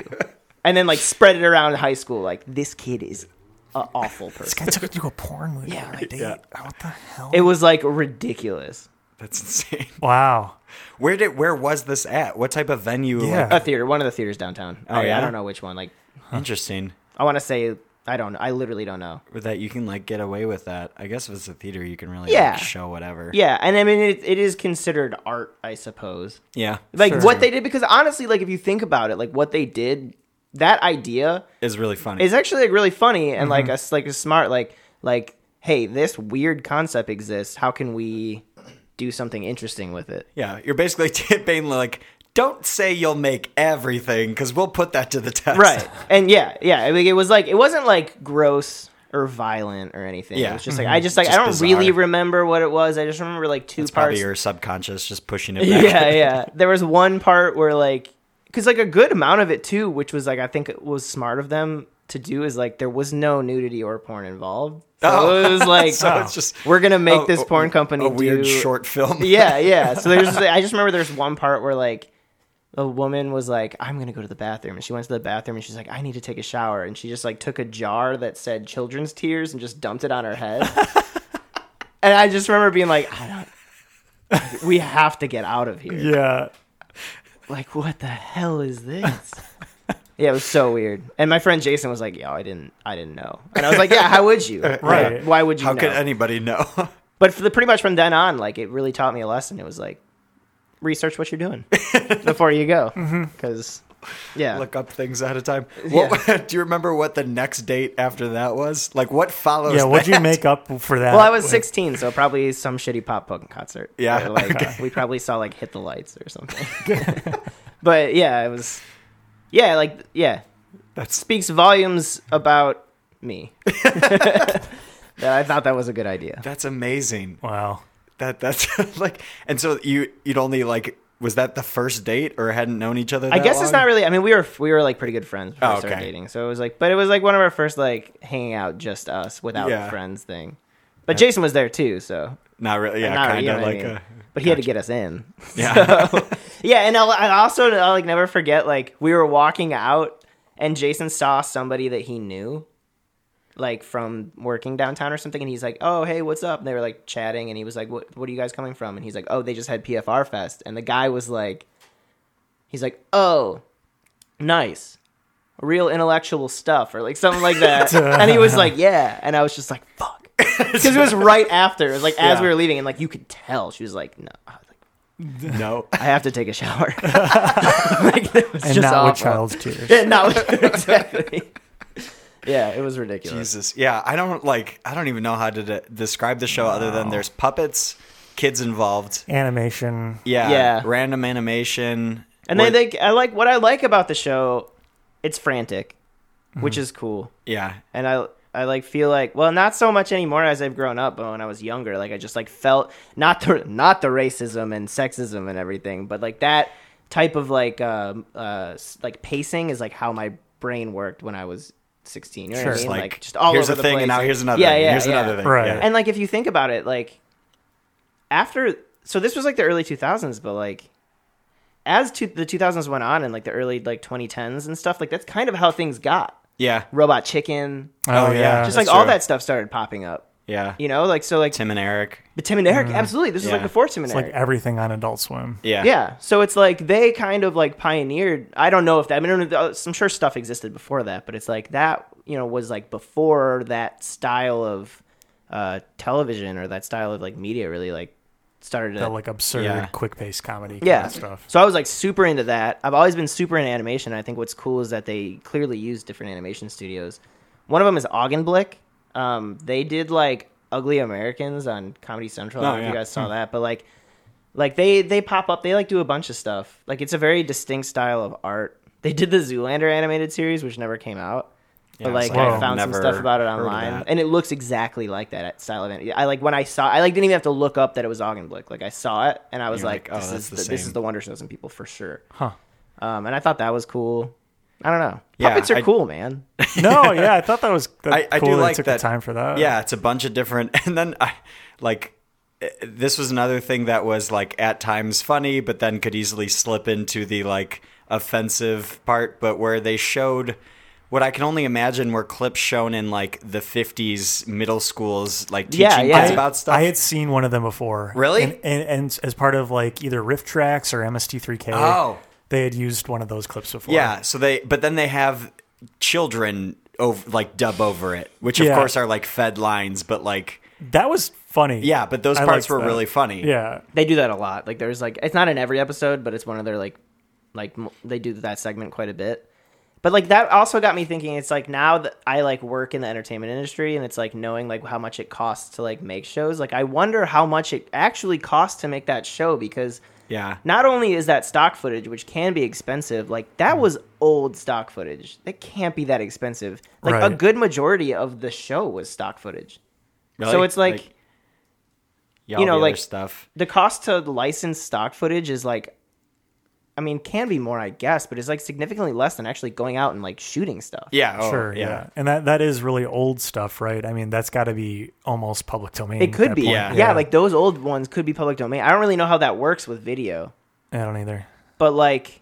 [SPEAKER 3] and then like spread it around in high school like this kid is an awful person
[SPEAKER 1] I took it to a porn movie.
[SPEAKER 3] Yeah,
[SPEAKER 1] on a
[SPEAKER 3] like-
[SPEAKER 1] date.
[SPEAKER 2] yeah.
[SPEAKER 1] What the hell?
[SPEAKER 3] It was like ridiculous.
[SPEAKER 2] that's insane.
[SPEAKER 1] wow.
[SPEAKER 2] Where did where was this at? What type of venue?
[SPEAKER 1] Yeah.
[SPEAKER 3] A theater, one of the theaters downtown.
[SPEAKER 2] Oh, yeah?
[SPEAKER 3] I don't know which one. Like,
[SPEAKER 2] Like, interesting.
[SPEAKER 3] I want to say I don't. know. I literally don't know.
[SPEAKER 2] That you can like get away with that. I guess if it's a theater, you can really
[SPEAKER 3] Yeah.
[SPEAKER 2] like, show whatever.
[SPEAKER 3] Yeah, and I mean it, it is considered art, I suppose.
[SPEAKER 2] yeah.
[SPEAKER 3] Like
[SPEAKER 1] Sure.
[SPEAKER 3] what they did, because honestly, like if you think about it, like what they did, that idea
[SPEAKER 2] is really funny.
[SPEAKER 3] is actually like really funny and
[SPEAKER 2] Mm-hmm.
[SPEAKER 3] like a s like a smart like like hey, this weird concept exists. How can we do something interesting with it?
[SPEAKER 2] yeah, you're basically being like, don't say you'll make everything because we'll put that to the test.
[SPEAKER 3] right and yeah yeah I mean, it was like it wasn't like gross or violent or anything
[SPEAKER 2] Yeah.
[SPEAKER 3] it was just like i just like
[SPEAKER 2] Mm-hmm. Just
[SPEAKER 3] i don't
[SPEAKER 2] bizarre.
[SPEAKER 3] really remember what it was i just remember like two
[SPEAKER 2] It's
[SPEAKER 3] parts
[SPEAKER 2] probably your subconscious just pushing it. Back.
[SPEAKER 3] yeah yeah there was one part where like because like a good amount of it too which was like i think it was smart of them to do is like there was no nudity or porn involved so
[SPEAKER 2] Oh.
[SPEAKER 3] it was like
[SPEAKER 2] So it's just
[SPEAKER 3] we're gonna make
[SPEAKER 2] a-
[SPEAKER 3] this
[SPEAKER 2] a-
[SPEAKER 3] porn company
[SPEAKER 2] a weird
[SPEAKER 3] do-
[SPEAKER 2] short film.
[SPEAKER 3] yeah, yeah. So there's, I just remember there's one part where like a woman was like, "I'm gonna go to the bathroom," and she went to the bathroom and she's like, "I need to take a shower," and she just like took a jar that said "children's tears" and just dumped it on her head. and I just remember being like, I don't, "We have to get out of here."
[SPEAKER 1] Yeah.
[SPEAKER 3] Like, what the hell is this? Yeah, it was so weird. And my friend Jason was like, "Yo, I didn't, I didn't know." And I was like, "Yeah, how would you?
[SPEAKER 1] Right.
[SPEAKER 3] Why would you?
[SPEAKER 2] How
[SPEAKER 3] know?
[SPEAKER 2] could anybody know?
[SPEAKER 3] but for the pretty much from then on, like it really taught me a lesson. It was like research what you're doing before you go, because yeah,
[SPEAKER 2] look up things ahead of time. What, do you remember what the next date after that was? Like what follows?
[SPEAKER 1] Yeah. What'd you
[SPEAKER 2] that?
[SPEAKER 1] make up for that?
[SPEAKER 3] well, I was 16, so probably some shitty pop punk concert.
[SPEAKER 2] Yeah,
[SPEAKER 3] Or, like we probably saw like hit the lights or something. but yeah, it was yeah, like yeah,
[SPEAKER 2] That's
[SPEAKER 3] speaks volumes about me. that I thought that was a good idea.
[SPEAKER 2] that's amazing.
[SPEAKER 1] Wow.
[SPEAKER 2] That that's like and so you you'd only like was that the first date or hadn't known each other?
[SPEAKER 3] I
[SPEAKER 2] that
[SPEAKER 3] guess it's
[SPEAKER 2] long?
[SPEAKER 3] not really. I mean, we were we were like pretty good friends before
[SPEAKER 2] Oh,
[SPEAKER 3] we started
[SPEAKER 2] okay.
[SPEAKER 3] dating, so it was like, but it was like one of our first like hanging out, just us without
[SPEAKER 2] Yeah.
[SPEAKER 3] friends thing. But Jason was there too, so
[SPEAKER 2] not really. Yeah,
[SPEAKER 3] not-
[SPEAKER 2] kind
[SPEAKER 3] you know
[SPEAKER 2] of
[SPEAKER 3] what I
[SPEAKER 2] like
[SPEAKER 3] mean.
[SPEAKER 2] a,
[SPEAKER 3] but he had to get us in.
[SPEAKER 2] yeah.
[SPEAKER 3] Yeah, and I'll, I also I'll like never forget like we were walking out and Jason saw somebody that he knew, like from working downtown or something, and he's like, "Oh, hey, what's up?" And they were like chatting, and he was like, "What what are you guys coming from?" And he's like, "Oh, they just had PFR Fest," and the guy was like, he's like, "Oh, nice." Real intellectual stuff, or like something like that, and he was like, "Yeah," and I was just like, "Fuck," because it was right after, it was like as
[SPEAKER 1] Yeah.
[SPEAKER 3] we were leaving, and like you could tell she was like, "No," I was like,
[SPEAKER 2] no.
[SPEAKER 3] I have to take a shower. like, it was
[SPEAKER 1] And
[SPEAKER 3] just
[SPEAKER 1] not with
[SPEAKER 3] awful.
[SPEAKER 1] child's tears.
[SPEAKER 3] Yeah, not with- exactly. Yeah, it was ridiculous.
[SPEAKER 2] Jesus. Yeah, I don't like I don't even know how to de- describe the show other than there's puppets, kids involved.
[SPEAKER 1] Animation.
[SPEAKER 2] Yeah.
[SPEAKER 3] Yeah.
[SPEAKER 2] Random animation.
[SPEAKER 3] And they
[SPEAKER 2] What-
[SPEAKER 3] like I like
[SPEAKER 1] Mm-hmm.
[SPEAKER 3] what I like about the show. It's frantic, which is cool,
[SPEAKER 2] yeah.
[SPEAKER 3] and I I like feel like well, not so much anymore as I've grown up, but when I was younger, like I just like felt not the not the racism and sexism and everything, but like that type of like um uh s- like pacing is like how my brain worked when I was 16 you know
[SPEAKER 1] Sure.
[SPEAKER 3] what I
[SPEAKER 1] Just
[SPEAKER 3] mean?
[SPEAKER 2] like,
[SPEAKER 3] like, just all
[SPEAKER 2] here's
[SPEAKER 3] over
[SPEAKER 2] a
[SPEAKER 3] the
[SPEAKER 2] thing
[SPEAKER 3] place.
[SPEAKER 2] and now here's another
[SPEAKER 3] yeah,
[SPEAKER 2] thing.
[SPEAKER 3] yeah,
[SPEAKER 2] here's
[SPEAKER 3] yeah.
[SPEAKER 2] another thing.
[SPEAKER 1] Right.
[SPEAKER 2] Yeah.
[SPEAKER 3] And like if you think about it, like after so this was like the early 2000s, but like as to, the 2000s went on and like the early like 2010s and stuff, like that's kind of how things got.
[SPEAKER 2] yeah.
[SPEAKER 3] Robot Chicken,
[SPEAKER 2] Oh, yeah.
[SPEAKER 3] just like
[SPEAKER 2] that's
[SPEAKER 3] all
[SPEAKER 2] true.
[SPEAKER 3] that stuff started popping up.
[SPEAKER 2] Yeah.
[SPEAKER 3] You know, like so like Tim,
[SPEAKER 2] Tim and Eric.
[SPEAKER 3] but Tim and Eric, absolutely. This was
[SPEAKER 2] Yeah.
[SPEAKER 3] like before Tim and
[SPEAKER 1] It's
[SPEAKER 3] Eric.
[SPEAKER 1] like everything on Adult Swim.
[SPEAKER 2] Yeah.
[SPEAKER 3] Yeah. So it's like they kind of like pioneered. I don't know if that. I mean, I don't know- uh, I'm sure stuff existed before that, but it's like that. You know, was like before that style of uh, television or that style of like media really like started
[SPEAKER 1] That
[SPEAKER 3] to.
[SPEAKER 1] like absurd,
[SPEAKER 2] Yeah.
[SPEAKER 1] quick paced comedy kind
[SPEAKER 3] yeah.
[SPEAKER 1] of stuff.
[SPEAKER 3] So I was like super into that. I've always been super into animation. I think what's cool is that they clearly use different animation studios. One of them is Augenblick. Um, they did like Ugly Americans on Comedy Central. I
[SPEAKER 2] Oh,
[SPEAKER 3] don't know if
[SPEAKER 2] yeah.
[SPEAKER 3] you guys saw that, but like like they they pop up they like do a bunch of stuff like it's a very distinct style of art they did the zoolander animated series which never came out but like
[SPEAKER 1] so
[SPEAKER 3] i
[SPEAKER 1] I've
[SPEAKER 3] found some
[SPEAKER 2] never
[SPEAKER 3] stuff about it
[SPEAKER 2] heard of
[SPEAKER 3] online
[SPEAKER 2] that.
[SPEAKER 3] and it looks exactly like that style of it i like when i saw i like didn't even have to look up that it was augenblick like i saw it and i was
[SPEAKER 2] You're
[SPEAKER 3] like,
[SPEAKER 2] like, oh,
[SPEAKER 3] this
[SPEAKER 2] that's
[SPEAKER 3] is
[SPEAKER 2] the
[SPEAKER 3] the, this
[SPEAKER 2] same.
[SPEAKER 3] is the wonder Chosen people for sure
[SPEAKER 1] Huh.
[SPEAKER 3] um and i thought that was cool i don't know
[SPEAKER 2] Yeah,
[SPEAKER 3] puppets are
[SPEAKER 2] I-
[SPEAKER 3] cool man
[SPEAKER 1] No, yeah, I thought that was that
[SPEAKER 2] I, I
[SPEAKER 1] cool
[SPEAKER 2] do
[SPEAKER 1] that it
[SPEAKER 2] like
[SPEAKER 1] took
[SPEAKER 2] that.
[SPEAKER 1] the time for that.
[SPEAKER 2] Yeah, it's a bunch of different, and then I like eh, this was another thing that was like at times funny, but then could easily slip into the like offensive part. But where they showed what I can only imagine were clips shown in like the '50s middle schools, like teaching
[SPEAKER 3] Yeah, yeah.
[SPEAKER 2] kids
[SPEAKER 1] I,
[SPEAKER 2] about stuff.
[SPEAKER 1] I had seen one of them before.
[SPEAKER 2] Really?
[SPEAKER 1] And, and, and as part of like either Riff Tracks or MST3K,
[SPEAKER 2] Oh.
[SPEAKER 1] they had used one of those clips before.
[SPEAKER 2] yeah, so they, but then they have children over like dub over it, which of
[SPEAKER 1] Yeah.
[SPEAKER 2] course are like fed lines, but like
[SPEAKER 1] That was funny.
[SPEAKER 2] yeah, but those
[SPEAKER 1] I
[SPEAKER 2] parts
[SPEAKER 1] liked
[SPEAKER 2] were
[SPEAKER 1] that.
[SPEAKER 2] really funny.
[SPEAKER 1] Yeah.
[SPEAKER 3] they do that a lot like there's like it's not in every episode but it's one of their like like m- they do that segment quite a bit but like that also got me thinking it's like now that i like work in the entertainment industry and it's like knowing like how much it costs to like make shows like i wonder how much it actually costs to make that show because
[SPEAKER 2] yeah.
[SPEAKER 3] not only is that stock footage which can be expensive like
[SPEAKER 1] Mm.
[SPEAKER 3] that was old stock footage that can't be that expensive like a
[SPEAKER 1] Right.
[SPEAKER 3] good majority of the show was stock footage so
[SPEAKER 2] Really?
[SPEAKER 3] it's like
[SPEAKER 2] yeah,
[SPEAKER 3] you
[SPEAKER 2] all
[SPEAKER 3] know,
[SPEAKER 2] the other
[SPEAKER 3] like-
[SPEAKER 2] stuff.
[SPEAKER 3] the cost to license stock footage is like I mean, can be more, I guess, but it's like significantly less than actually going out and like shooting stuff.
[SPEAKER 2] Yeah, oh,
[SPEAKER 1] Sure. yeah. And that that is really old stuff, right? I mean, that's got to be almost public domain.
[SPEAKER 3] It
[SPEAKER 1] at
[SPEAKER 3] could
[SPEAKER 1] that
[SPEAKER 3] be.
[SPEAKER 1] point.
[SPEAKER 2] yeah.
[SPEAKER 3] Yeah. like those old ones could be public domain. I don't really know how that works with video,
[SPEAKER 1] I don't either.
[SPEAKER 3] but like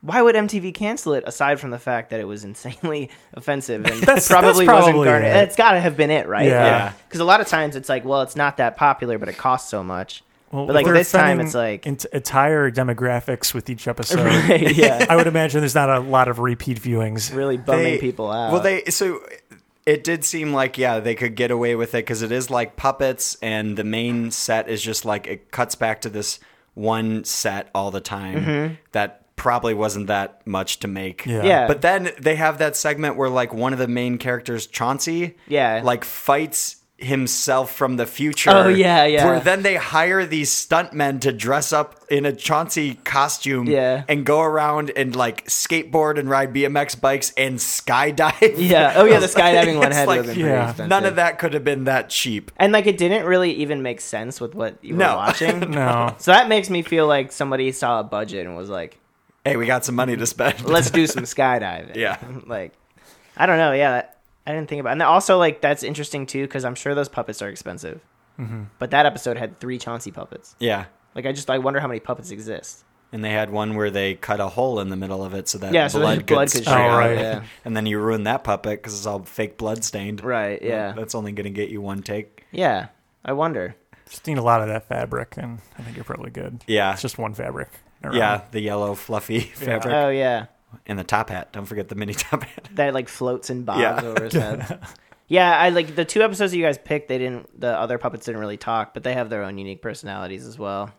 [SPEAKER 3] why would MTV cancel it aside from the fact that it was insanely offensive and
[SPEAKER 1] That's-
[SPEAKER 3] probably
[SPEAKER 1] that's
[SPEAKER 3] wasn't
[SPEAKER 1] probably
[SPEAKER 3] garnered?
[SPEAKER 1] it.
[SPEAKER 3] It's got to have been it, right?
[SPEAKER 1] Yeah.
[SPEAKER 2] Yeah.
[SPEAKER 3] Cuz a lot of times it's like, well, it's not that popular, but it costs so much.
[SPEAKER 1] Well,
[SPEAKER 3] but like
[SPEAKER 1] they're
[SPEAKER 3] this time
[SPEAKER 1] offending
[SPEAKER 3] it's like
[SPEAKER 1] ent- entire demographics with each episode.
[SPEAKER 3] Right, yeah.
[SPEAKER 1] I would imagine there's not a lot of repeat viewings.
[SPEAKER 3] really bumming people out.
[SPEAKER 2] Well, they so it did seem like yeah they could get away with it because it is like puppets and the main set is just like it cuts back to this one set all the time
[SPEAKER 3] Mm-hmm.
[SPEAKER 2] that probably wasn't that much to make.
[SPEAKER 1] Yeah.
[SPEAKER 3] Yeah.
[SPEAKER 2] But then they have that segment where like one of the main characters, Chauncey,
[SPEAKER 3] Yeah.
[SPEAKER 2] like fights himself from the future.
[SPEAKER 3] Oh, yeah, yeah.
[SPEAKER 2] Where then they hire these stuntmen to dress up in a Chauncey costume
[SPEAKER 3] Yeah.
[SPEAKER 2] and go around and like skateboard and ride BMX bikes and skydive.
[SPEAKER 3] Yeah. Oh, yeah. The
[SPEAKER 2] It's like-
[SPEAKER 3] skydiving one
[SPEAKER 2] it's
[SPEAKER 3] had to
[SPEAKER 2] like,
[SPEAKER 3] have been
[SPEAKER 1] yeah.
[SPEAKER 3] pretty
[SPEAKER 1] None
[SPEAKER 3] expensive.
[SPEAKER 2] None of that could have been that cheap.
[SPEAKER 3] And like it didn't really even make sense with what you were
[SPEAKER 2] No.
[SPEAKER 3] watching.
[SPEAKER 1] No.
[SPEAKER 3] So that makes me feel like somebody saw a budget and was like,
[SPEAKER 2] Hey, we got some money to spend.
[SPEAKER 3] "Let's do some skydiving."
[SPEAKER 2] Yeah.
[SPEAKER 3] Like, I don't know. Yeah, that, I didn't think about. And also, like, that's interesting too because I'm sure those puppets are expensive. But that episode had three Chauncey puppets.
[SPEAKER 2] yeah.
[SPEAKER 3] Like, I just I wonder how many puppets exist.
[SPEAKER 2] And they had one where they cut a hole in the middle of it so that
[SPEAKER 3] Yeah, so
[SPEAKER 2] blood,
[SPEAKER 3] that blood
[SPEAKER 2] could
[SPEAKER 3] could
[SPEAKER 2] stream
[SPEAKER 1] shoot
[SPEAKER 2] out.
[SPEAKER 1] out,
[SPEAKER 2] of it.
[SPEAKER 3] yeah.
[SPEAKER 2] And then you ruin that puppet because it's all fake blood stained.
[SPEAKER 3] Right. Yeah.
[SPEAKER 2] That's only going to get you one take.
[SPEAKER 3] yeah. I wonder.
[SPEAKER 1] Just need a lot of that fabric, and I think you're probably good.
[SPEAKER 2] Yeah.
[SPEAKER 1] It's just one fabric. around.
[SPEAKER 2] Yeah, the yellow fluffy fabric
[SPEAKER 3] Oh yeah.
[SPEAKER 2] and the top hat. Don't forget the mini top hat.
[SPEAKER 3] that like floats and bobs
[SPEAKER 2] Yeah.
[SPEAKER 3] over his head. yeah, I like the two episodes that you guys picked. They didn't. The other puppets didn't really talk, but they have their own unique personalities as well.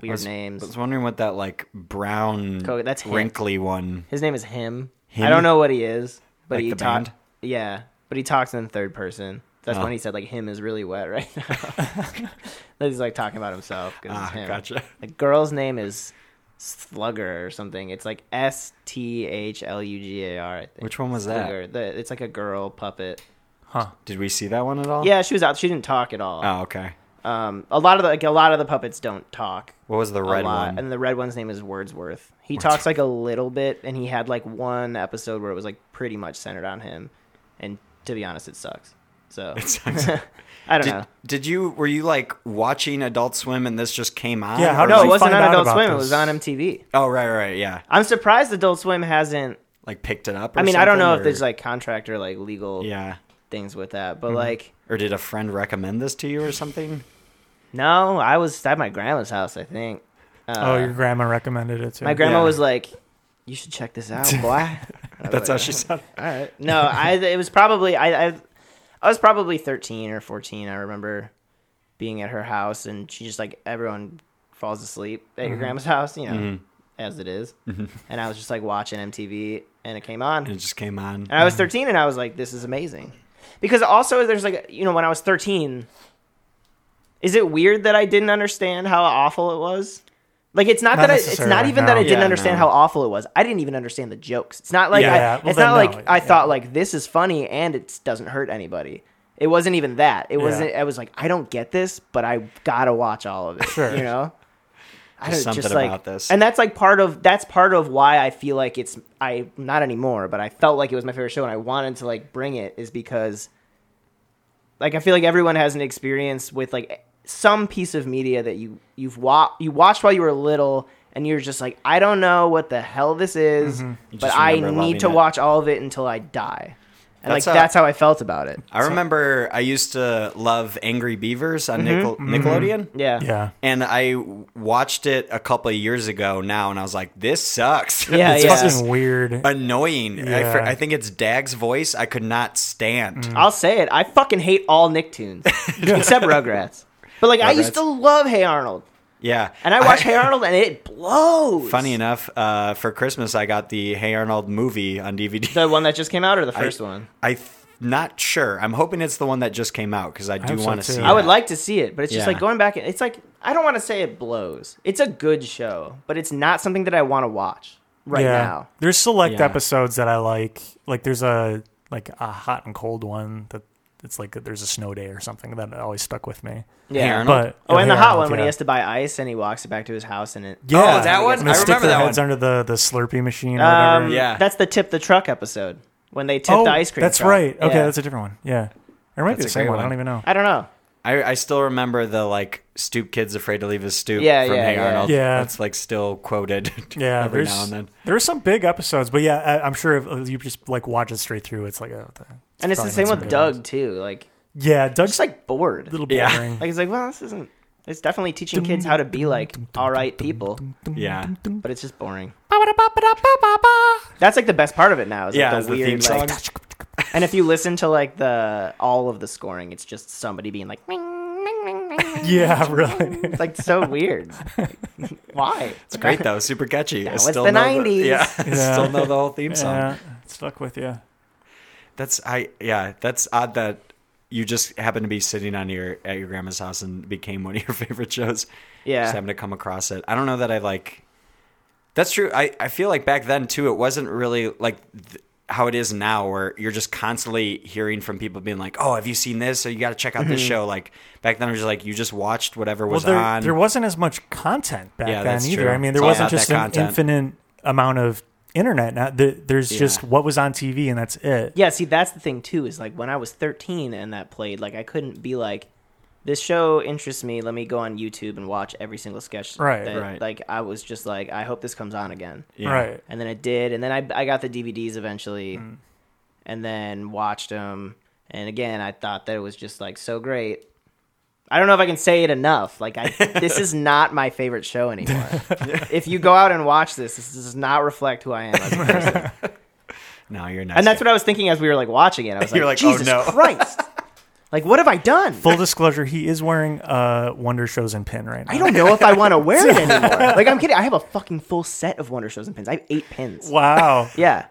[SPEAKER 3] Weird names.
[SPEAKER 2] I was wondering what that like brown,
[SPEAKER 3] Co- that's him.
[SPEAKER 2] wrinkly one.
[SPEAKER 3] His name is him.
[SPEAKER 2] Him?
[SPEAKER 3] I don't know what he is, but
[SPEAKER 2] Like
[SPEAKER 3] he
[SPEAKER 2] the
[SPEAKER 3] talked.
[SPEAKER 2] band?
[SPEAKER 3] Yeah, but he talks in third person. That's
[SPEAKER 2] Oh.
[SPEAKER 3] when he said like him is really wet right now. that he's like talking about himself. 'cause it's
[SPEAKER 2] Ah,
[SPEAKER 3] him.
[SPEAKER 2] gotcha.
[SPEAKER 3] The girl's name is Slugger or something. It's like S T H L U G A R. I think.
[SPEAKER 2] Which one was that?
[SPEAKER 3] Slugger. The, it's like a girl puppet.
[SPEAKER 1] Huh.
[SPEAKER 3] Uh,
[SPEAKER 2] Did we see that one at all?
[SPEAKER 3] Yeah, she was out. She didn't talk at all.
[SPEAKER 2] Oh, okay.
[SPEAKER 3] Um, a lot of the, like a lot of the puppets don't talk.
[SPEAKER 2] What was the
[SPEAKER 3] a
[SPEAKER 2] red
[SPEAKER 3] lot.
[SPEAKER 2] one?
[SPEAKER 3] And the red one's name is Wordsworth. He talks like a little bit, and he had like one episode where it was like pretty much centered on him. And to be honest, it sucks. So
[SPEAKER 2] sucks.
[SPEAKER 3] I don't
[SPEAKER 2] did,
[SPEAKER 3] know.
[SPEAKER 2] did you were you like watching Adult Swim and this just came on?
[SPEAKER 1] Yeah, how
[SPEAKER 2] Or
[SPEAKER 1] did
[SPEAKER 3] No,
[SPEAKER 1] you
[SPEAKER 3] it
[SPEAKER 2] like-
[SPEAKER 3] wasn't
[SPEAKER 1] find
[SPEAKER 3] on
[SPEAKER 1] out
[SPEAKER 3] Adult
[SPEAKER 1] about
[SPEAKER 3] Swim. It
[SPEAKER 1] this?
[SPEAKER 3] was on MTV.
[SPEAKER 2] Oh right, right, yeah.
[SPEAKER 3] I'm surprised Adult Swim hasn't.
[SPEAKER 2] Like picked it up. Or
[SPEAKER 3] I mean, I don't
[SPEAKER 2] something,
[SPEAKER 3] know
[SPEAKER 2] or-
[SPEAKER 3] if there's like contract or like legal
[SPEAKER 2] yeah. Mm-hmm.
[SPEAKER 3] things with that, but like
[SPEAKER 2] Or did a friend recommend this to you or something?
[SPEAKER 3] no, I was at my grandma's house, I think. Uh,
[SPEAKER 1] oh, your grandma recommended it too.
[SPEAKER 3] my grandma
[SPEAKER 2] yeah.
[SPEAKER 3] was like, "You should check this out, boy." I was
[SPEAKER 2] That's how
[SPEAKER 3] like,
[SPEAKER 2] she said. it.
[SPEAKER 3] All right. No, I it was probably I, I I was probably 13 or 14. I remember being at her house and she just like everyone falls asleep at your grandma's house, you know, as it is. And I was just like watching MTV and it came on.
[SPEAKER 2] It just came on.
[SPEAKER 1] Mm-hmm.
[SPEAKER 3] And I was 13 and I was like this is amazing. Because also there's like you know when I was 13 is it weird that I didn't understand how awful it was? Like it's not,
[SPEAKER 1] Not
[SPEAKER 3] that I, it's not
[SPEAKER 1] necessarily,
[SPEAKER 3] even that
[SPEAKER 1] no.
[SPEAKER 3] I didn't
[SPEAKER 2] Yeah,
[SPEAKER 3] understand
[SPEAKER 2] no.
[SPEAKER 3] how awful it was. I didn't even understand the jokes. It's not like
[SPEAKER 1] Yeah,
[SPEAKER 3] I,
[SPEAKER 1] yeah. Well,
[SPEAKER 3] it's not
[SPEAKER 1] then,
[SPEAKER 3] like
[SPEAKER 1] no,
[SPEAKER 3] I
[SPEAKER 1] yeah.
[SPEAKER 3] thought like this is funny and it doesn't hurt anybody. It wasn't even that. It
[SPEAKER 1] Yeah.
[SPEAKER 3] wasn't. I was like, I don't get this, but I gotta watch all of it.
[SPEAKER 1] Sure.
[SPEAKER 3] You know, I
[SPEAKER 2] There's
[SPEAKER 3] don't-
[SPEAKER 2] something
[SPEAKER 3] like,
[SPEAKER 2] about this.
[SPEAKER 3] and that's like part of that's part of why I feel like it's I not anymore, but I felt like it was my favorite show and I wanted to like bring it is because like I feel like everyone has an experience with like some piece of media that you you've wa- you watched while you were little and you're just like I don't know what the hell this is, but
[SPEAKER 2] Mm-hmm. just
[SPEAKER 3] I
[SPEAKER 2] remember loving
[SPEAKER 3] need to
[SPEAKER 2] it.
[SPEAKER 3] watch all of it until I die. And
[SPEAKER 2] That's
[SPEAKER 3] like
[SPEAKER 2] how-
[SPEAKER 3] that's how I felt about it.
[SPEAKER 2] I remember I used to love Angry Beavers on Nickel- Nickelodeon.
[SPEAKER 3] Yeah.
[SPEAKER 1] Yeah.
[SPEAKER 2] And I w- watched it a couple of years ago now, and I was like, "This sucks.
[SPEAKER 3] Yeah,
[SPEAKER 2] This
[SPEAKER 1] It's
[SPEAKER 3] yeah.
[SPEAKER 2] is
[SPEAKER 1] fucking weird.
[SPEAKER 2] annoying." I, fr-
[SPEAKER 1] Yeah.
[SPEAKER 2] I think it's Dag's voice. I could not stand.
[SPEAKER 1] Mm.
[SPEAKER 3] I'll say it. I fucking hate all Nicktoons except Rugrats. But like I used
[SPEAKER 2] Rugrats.
[SPEAKER 3] to love Hey Arnold.
[SPEAKER 2] Yeah,
[SPEAKER 3] And I watch Hey Arnold, and it blows.
[SPEAKER 2] Funny enough, uh, for Christmas I got the Hey Arnold movie on DVD.
[SPEAKER 3] the one that just came out, or the first
[SPEAKER 2] I-
[SPEAKER 3] one.
[SPEAKER 2] I th- not sure. I'm hoping it's the one that just came out because I do
[SPEAKER 1] hope so,
[SPEAKER 2] want to
[SPEAKER 1] too.
[SPEAKER 2] see.
[SPEAKER 1] I
[SPEAKER 3] I would
[SPEAKER 2] that.
[SPEAKER 3] like to see it, but it's just
[SPEAKER 2] Yeah.
[SPEAKER 3] like going back. It's like I don't want to say it blows. It's a good show, but it's not something that I want to watch right
[SPEAKER 1] yeah.
[SPEAKER 3] now.
[SPEAKER 1] There's select
[SPEAKER 2] Yeah.
[SPEAKER 1] episodes that I like. Like there's a like a hot and cold one that it's like there's a snow day or something that always stuck with me.
[SPEAKER 3] Yeah.
[SPEAKER 2] Arnold.
[SPEAKER 1] But
[SPEAKER 3] Mm-hmm. Oh, and the
[SPEAKER 1] Hey
[SPEAKER 3] hot
[SPEAKER 1] Arnold,
[SPEAKER 3] one when
[SPEAKER 1] yeah.
[SPEAKER 3] he has to buy ice and he walks it back to his house and it.
[SPEAKER 1] Yeah.
[SPEAKER 2] Oh, that one?
[SPEAKER 1] And they
[SPEAKER 2] I
[SPEAKER 1] stick
[SPEAKER 2] remember
[SPEAKER 1] their
[SPEAKER 2] that
[SPEAKER 1] heads
[SPEAKER 2] one.
[SPEAKER 1] under the the Slurpee machine. Or
[SPEAKER 3] Um,
[SPEAKER 1] whatever.
[SPEAKER 2] Yeah.
[SPEAKER 3] That's the tip the truck episode when they tip
[SPEAKER 1] Oh,
[SPEAKER 3] the ice cream.
[SPEAKER 1] that's
[SPEAKER 3] truck.
[SPEAKER 1] right. Okay,
[SPEAKER 3] Yeah.
[SPEAKER 1] that's a different one. Yeah. Or it might be
[SPEAKER 2] That's
[SPEAKER 1] the
[SPEAKER 2] a
[SPEAKER 1] same
[SPEAKER 2] great
[SPEAKER 1] one. I
[SPEAKER 2] one.
[SPEAKER 1] don't even know.
[SPEAKER 3] I don't know.
[SPEAKER 2] I, I still remember the like stoop kids afraid to leave his stoop
[SPEAKER 3] Yeah,
[SPEAKER 2] from
[SPEAKER 3] yeah,
[SPEAKER 2] Hey
[SPEAKER 3] yeah.
[SPEAKER 2] Arnold.
[SPEAKER 1] Yeah.
[SPEAKER 2] that's like still quoted.
[SPEAKER 1] Yeah,
[SPEAKER 2] every
[SPEAKER 1] there's
[SPEAKER 2] now and then.
[SPEAKER 1] there are some big episodes, but yeah, I, I'm sure if you just like watch it straight through, it's like oh, the,
[SPEAKER 3] And it's the
[SPEAKER 1] probably
[SPEAKER 3] same
[SPEAKER 1] not
[SPEAKER 3] with
[SPEAKER 1] some good
[SPEAKER 3] Doug
[SPEAKER 1] ones.
[SPEAKER 3] too. Like
[SPEAKER 1] Yeah, Doug's
[SPEAKER 3] just
[SPEAKER 1] like
[SPEAKER 3] like bored.
[SPEAKER 1] a little
[SPEAKER 2] Yeah.
[SPEAKER 1] boring.
[SPEAKER 3] Like it's like well, this isn't. It's definitely teaching kids how to be like all right people,
[SPEAKER 2] Yeah,
[SPEAKER 3] but it's just boring. That's like the best part of it now. Is
[SPEAKER 2] yeah,
[SPEAKER 3] like
[SPEAKER 2] it's
[SPEAKER 3] the
[SPEAKER 2] the
[SPEAKER 3] weird,
[SPEAKER 2] theme song.
[SPEAKER 3] like- and if you listen to like the all of the scoring, it's just somebody being like, "Ming."
[SPEAKER 1] yeah, really.
[SPEAKER 3] it's like so weird. Why?
[SPEAKER 2] It's great though, super catchy. I
[SPEAKER 3] was
[SPEAKER 2] still
[SPEAKER 3] the
[SPEAKER 2] know
[SPEAKER 3] 90s.
[SPEAKER 2] yeah, I
[SPEAKER 1] Yeah.
[SPEAKER 2] still know the whole theme song.
[SPEAKER 1] yeah, it stuck with you.
[SPEAKER 2] That's I yeah, that's odd that you just happened to be sitting on your at your grandma's house and became one of your favorite shows.
[SPEAKER 3] Yeah.
[SPEAKER 2] Just happened to come across it. I don't know that I like That's true. I I feel like back then too it wasn't really like th- how it is now where you're just constantly hearing from people being like, "Oh, have you seen this? Or you got to check out
[SPEAKER 3] Mm-hmm.
[SPEAKER 2] this show." Like back then it was just like you just watched whatever
[SPEAKER 1] Well,
[SPEAKER 2] was
[SPEAKER 1] there,
[SPEAKER 2] on.
[SPEAKER 1] there wasn't as much content back
[SPEAKER 2] Yeah,
[SPEAKER 1] then
[SPEAKER 2] that's
[SPEAKER 1] either.
[SPEAKER 2] true.
[SPEAKER 1] I mean,
[SPEAKER 2] It's
[SPEAKER 1] there
[SPEAKER 2] all
[SPEAKER 1] wasn't
[SPEAKER 2] about
[SPEAKER 1] just
[SPEAKER 2] that
[SPEAKER 1] an
[SPEAKER 2] content.
[SPEAKER 1] infinite amount of internet. Now th- there's just
[SPEAKER 2] Yeah.
[SPEAKER 1] what was on TV and that's it.
[SPEAKER 3] Yeah, see, that's the thing too. Is like when I was 13 and that played, like I couldn't be like, this show interests me. Let me go on YouTube and watch every single sketch.
[SPEAKER 1] Right,
[SPEAKER 3] that-
[SPEAKER 2] right.
[SPEAKER 3] Like I was just like, I hope this comes on again.
[SPEAKER 2] Yeah.
[SPEAKER 1] Right.
[SPEAKER 3] and then it did, and then I I got the DVDs eventually,
[SPEAKER 2] Hmm.
[SPEAKER 3] and then watched them, and again I thought that it was just like so great. I don't know if I can say it enough. Like I, this is not my favorite show anymore. if you go out and watch this, this does not reflect who I am as a person.
[SPEAKER 2] No, you're not.
[SPEAKER 3] And that's what I was thinking as we were like watching it. I was like,
[SPEAKER 2] You're like, oh,
[SPEAKER 3] Jesus
[SPEAKER 2] no."
[SPEAKER 3] Christ! Like what have I done?
[SPEAKER 1] Full disclosure, he is wearing uh Wonder Shows and pin right now.
[SPEAKER 3] I don't know if I want to wear it anymore. Like I'm kidding. I have a fucking full set of Wonder Shows and pins. I have eight pins.
[SPEAKER 1] Wow.
[SPEAKER 3] Yeah.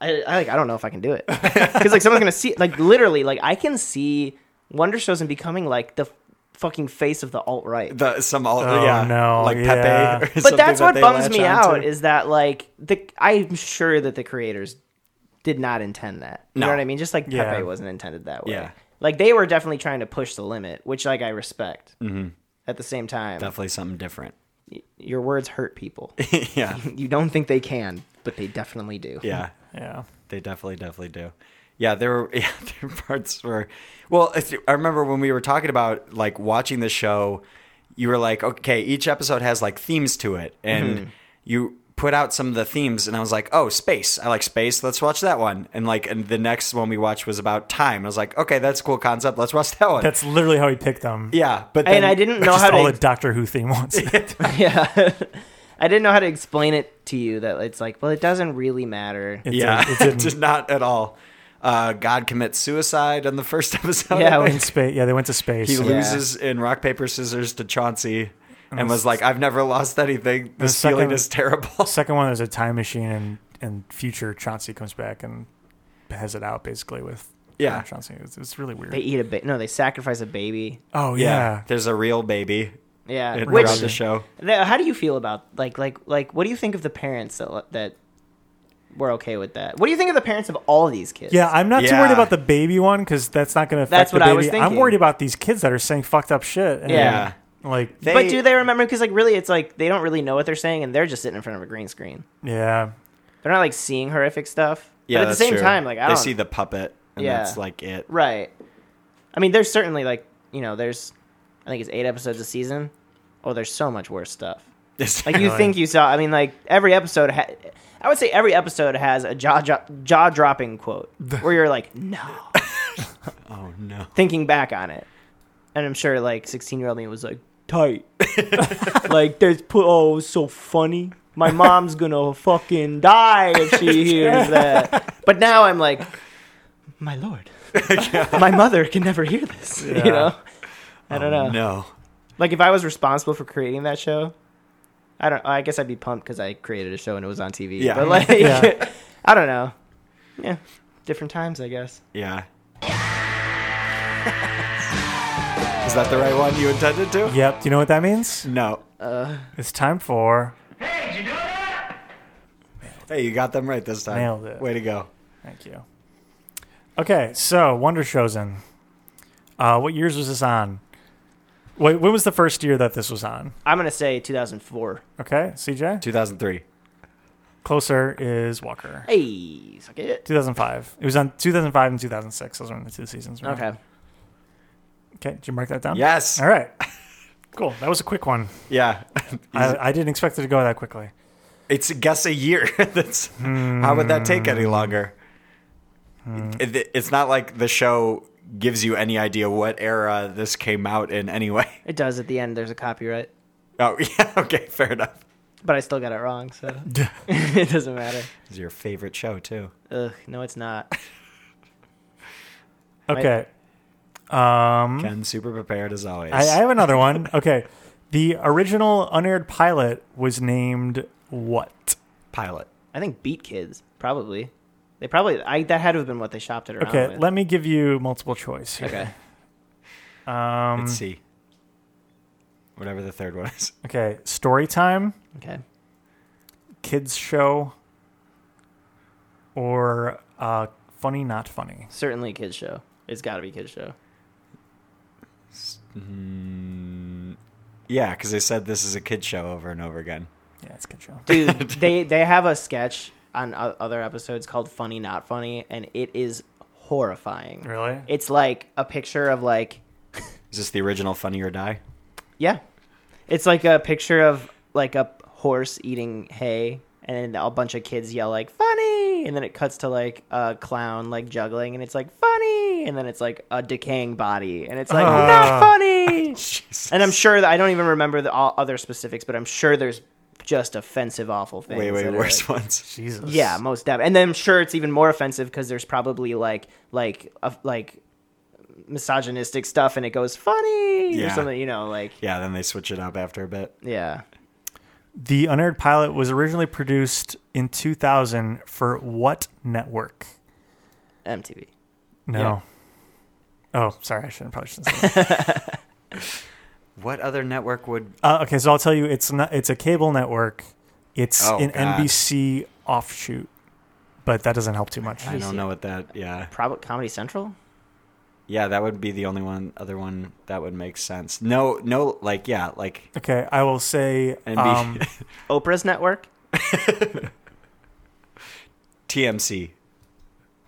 [SPEAKER 3] I, I like I don't know if I can do it because like someone's gonna see like literally like I can see Wonder Shows and becoming like the fucking face of the alt right.
[SPEAKER 2] The some all
[SPEAKER 1] Oh,
[SPEAKER 2] yeah,
[SPEAKER 1] no,
[SPEAKER 2] like
[SPEAKER 1] yeah.
[SPEAKER 2] Pepe. Or
[SPEAKER 3] but
[SPEAKER 2] something
[SPEAKER 3] that's
[SPEAKER 2] that
[SPEAKER 3] what
[SPEAKER 2] they
[SPEAKER 3] bums
[SPEAKER 2] latch
[SPEAKER 3] me
[SPEAKER 2] onto.
[SPEAKER 3] out is that like the I'm sure that the creators did not intend that. You
[SPEAKER 2] No.
[SPEAKER 3] know what I mean? Just like
[SPEAKER 1] Yeah.
[SPEAKER 3] Pepe wasn't intended that way.
[SPEAKER 2] Yeah.
[SPEAKER 3] Like they were definitely trying to push the limit, which like I respect. Mm-hmm. At the same time,
[SPEAKER 2] Definitely something different.
[SPEAKER 3] your words hurt people.
[SPEAKER 2] yeah,
[SPEAKER 3] you don't think they can, but they definitely do.
[SPEAKER 2] yeah.
[SPEAKER 1] Yeah.
[SPEAKER 2] They definitely, definitely do. Yeah, there were yeah, there were parts where, well, I th- I remember when we were talking about like watching the show, you were like, okay, each episode has like themes to it, and
[SPEAKER 3] Mm-hmm.
[SPEAKER 2] you put out some of the themes, and I was like, oh, space, I like space, let's watch that one, and like, and the next one we watched was about time. I was like, okay, that's a cool concept, let's watch that one.
[SPEAKER 1] That's literally how he picked them.
[SPEAKER 2] yeah, but then,
[SPEAKER 3] And I didn't know
[SPEAKER 1] Just
[SPEAKER 3] how
[SPEAKER 1] all
[SPEAKER 3] to
[SPEAKER 1] the Doctor Who theme wants.
[SPEAKER 3] yeah. I didn't know how to explain it to you that it's like, well, it doesn't really matter.
[SPEAKER 1] It
[SPEAKER 2] Yeah,
[SPEAKER 1] did-
[SPEAKER 2] it,
[SPEAKER 1] it
[SPEAKER 2] did
[SPEAKER 1] didn't.
[SPEAKER 2] not at all. Uh, God commits suicide on the first episode.
[SPEAKER 3] Yeah,
[SPEAKER 2] I
[SPEAKER 3] when
[SPEAKER 1] in space. Yeah, they went to space.
[SPEAKER 2] He
[SPEAKER 1] and
[SPEAKER 2] loses in rock paper scissors to Chauncey, and was like, "I've never lost anything. This
[SPEAKER 1] second-
[SPEAKER 2] feeling is terrible."
[SPEAKER 1] the second one there's a time machine and and future Chauncey comes back and has it out basically with
[SPEAKER 2] Yeah.
[SPEAKER 1] Chauncey. It's, it's really weird.
[SPEAKER 3] They eat a ba- no, they sacrifice a baby.
[SPEAKER 1] oh
[SPEAKER 2] yeah.
[SPEAKER 1] yeah.
[SPEAKER 2] there's a real baby
[SPEAKER 3] Yeah,
[SPEAKER 2] in
[SPEAKER 3] Uh, which
[SPEAKER 2] throughout the show.
[SPEAKER 3] Now, How do you feel about like like like what do you think of the parents that that were okay with that? What do you think of the parents of all these kids?
[SPEAKER 1] Yeah, I'm not too
[SPEAKER 2] Yeah.
[SPEAKER 1] worried about the baby one because that's not going to affect
[SPEAKER 3] That's
[SPEAKER 1] the
[SPEAKER 3] what I
[SPEAKER 1] baby.
[SPEAKER 3] was
[SPEAKER 1] I'm
[SPEAKER 3] thinking.
[SPEAKER 1] worried about these kids that are saying fucked up shit. And
[SPEAKER 3] Yeah.
[SPEAKER 1] like
[SPEAKER 2] They-
[SPEAKER 3] but do they remember? Because like really, it's like they don't really know what they're saying, and they're just sitting in front of a green screen.
[SPEAKER 1] yeah,
[SPEAKER 3] They're not like seeing horrific stuff.
[SPEAKER 2] Yeah,
[SPEAKER 3] but at the
[SPEAKER 2] that's
[SPEAKER 3] same
[SPEAKER 2] true.
[SPEAKER 3] time, like I
[SPEAKER 2] they
[SPEAKER 3] don't
[SPEAKER 2] see the puppet, and
[SPEAKER 3] Yeah.
[SPEAKER 2] that's like it.
[SPEAKER 3] right. I mean, there's certainly like you know, there's I think it's eight episodes a season. Oh, there's so much worse stuff. Like you
[SPEAKER 1] Really?
[SPEAKER 3] think you saw. I mean, like every episode. Ha- I would say every episode has a jaw dro- jaw dropping quote where you're like, no.
[SPEAKER 2] oh no,
[SPEAKER 3] thinking back on it, and I'm sure like 16 year old me was like tight, like there's put oh it was so funny. My mom's gonna fucking die if she hears that. But now I'm like, my lord, my mother can never hear this.
[SPEAKER 1] Yeah.
[SPEAKER 3] You know, I don't know.
[SPEAKER 2] Oh, no.
[SPEAKER 3] Like if I was responsible for creating that show, I don't. I guess I'd be pumped because I created a show and it was on TV.
[SPEAKER 2] Yeah.
[SPEAKER 3] But like,
[SPEAKER 1] Yeah.
[SPEAKER 3] I don't know. Yeah, different times, I guess.
[SPEAKER 2] Yeah. is that the right one you intended to?
[SPEAKER 1] yep. Do you know what that means?
[SPEAKER 2] No.
[SPEAKER 1] It's time for
[SPEAKER 2] Hey, you got them right this time.
[SPEAKER 1] Nailed it.
[SPEAKER 2] Way to go.
[SPEAKER 1] Thank you. Okay, so Wonder Chosen. Uh, what years was this on? Wait, when was the first year that this was on?
[SPEAKER 3] I'm gonna say 2004.
[SPEAKER 1] Okay, CJ.
[SPEAKER 2] 2003.
[SPEAKER 1] Closer is Walker.
[SPEAKER 3] Hey, suck it.
[SPEAKER 1] 2005. It was on 2005 and 2006. Those were the two seasons. right?
[SPEAKER 3] Okay.
[SPEAKER 1] Okay. Did you mark that down?
[SPEAKER 2] Yes.
[SPEAKER 1] All right. Cool. That was a quick one.
[SPEAKER 2] Yeah.
[SPEAKER 1] I, I didn't expect it to go that quickly.
[SPEAKER 2] It's guess a year. That's how would that take any longer? It- It's not like the show gives you any idea what era this came out in anyway.
[SPEAKER 3] It does at the end. There's a copyright,
[SPEAKER 2] Oh yeah, okay, fair enough.
[SPEAKER 3] but I still got it wrong, so it doesn't matter.
[SPEAKER 2] It's your favorite show too.
[SPEAKER 3] Ugh, no, it's not.
[SPEAKER 1] Okay. Um,
[SPEAKER 2] Ken super prepared as always.
[SPEAKER 1] I, I have another one. Okay. The original unaired pilot was named what?
[SPEAKER 2] Pilot.
[SPEAKER 3] I think Beat Kids probably. They probably I that had to have been what they shopped it around.
[SPEAKER 1] Okay.
[SPEAKER 3] with.
[SPEAKER 1] Let me give you multiple choice. Here.
[SPEAKER 3] Oh, Okay.
[SPEAKER 1] Um,
[SPEAKER 2] Let's see. Whatever the third one is.
[SPEAKER 1] okay. Story time,
[SPEAKER 3] Okay.
[SPEAKER 1] kids show, or uh, funny not funny.
[SPEAKER 3] Certainly, a kids show. It's got to be kids show.
[SPEAKER 2] Yeah, because they said this is a kid show over and over again.
[SPEAKER 1] Yeah, it's a good show.
[SPEAKER 3] Dude, they they have a sketch on o- other episodes called "Funny Not Funny," and it is horrifying.
[SPEAKER 1] Really?
[SPEAKER 3] It's like a picture of like
[SPEAKER 2] Is this the original Funny or Die?
[SPEAKER 3] Yeah. It's like a picture of like a horse eating hay and then a bunch of kids yell like funny and then it cuts to like a clown like juggling and it's like funny and then it's like a decaying body and it's like
[SPEAKER 1] Ah.
[SPEAKER 3] not funny.
[SPEAKER 2] Jesus.
[SPEAKER 3] and I'm sure that I don't even remember the all other specifics but I'm sure there's just offensive awful things.
[SPEAKER 2] way, way
[SPEAKER 3] that are,
[SPEAKER 2] worse
[SPEAKER 3] like-
[SPEAKER 2] ones.
[SPEAKER 1] Jesus.
[SPEAKER 3] yeah, most definitely. And then I'm sure it's even more offensive because there's probably like like a, like misogynistic stuff, and it goes funny
[SPEAKER 2] Yeah.
[SPEAKER 3] or something. You know, like
[SPEAKER 2] Yeah, then they switch it up after a bit.
[SPEAKER 3] yeah.
[SPEAKER 1] The unaired pilot was originally produced in 2000 for what network?
[SPEAKER 3] MTV.
[SPEAKER 1] No. Oh, sorry. I shouldn't probably shouldn't say that.
[SPEAKER 2] What other network would?
[SPEAKER 1] Uh, okay, so I'll tell you, it's not. It's a cable network. It's
[SPEAKER 2] Oh,
[SPEAKER 1] an
[SPEAKER 2] God.
[SPEAKER 1] NBC offshoot, but that doesn't help too much.
[SPEAKER 2] I don't know what that. Yeah,
[SPEAKER 3] Probably Comedy Central.
[SPEAKER 2] yeah, that would be the only one. Other one that would make sense. No, no, like yeah, like
[SPEAKER 1] Okay, I will say.
[SPEAKER 2] NBC,
[SPEAKER 1] um,
[SPEAKER 3] Oprah's network.
[SPEAKER 2] TMC,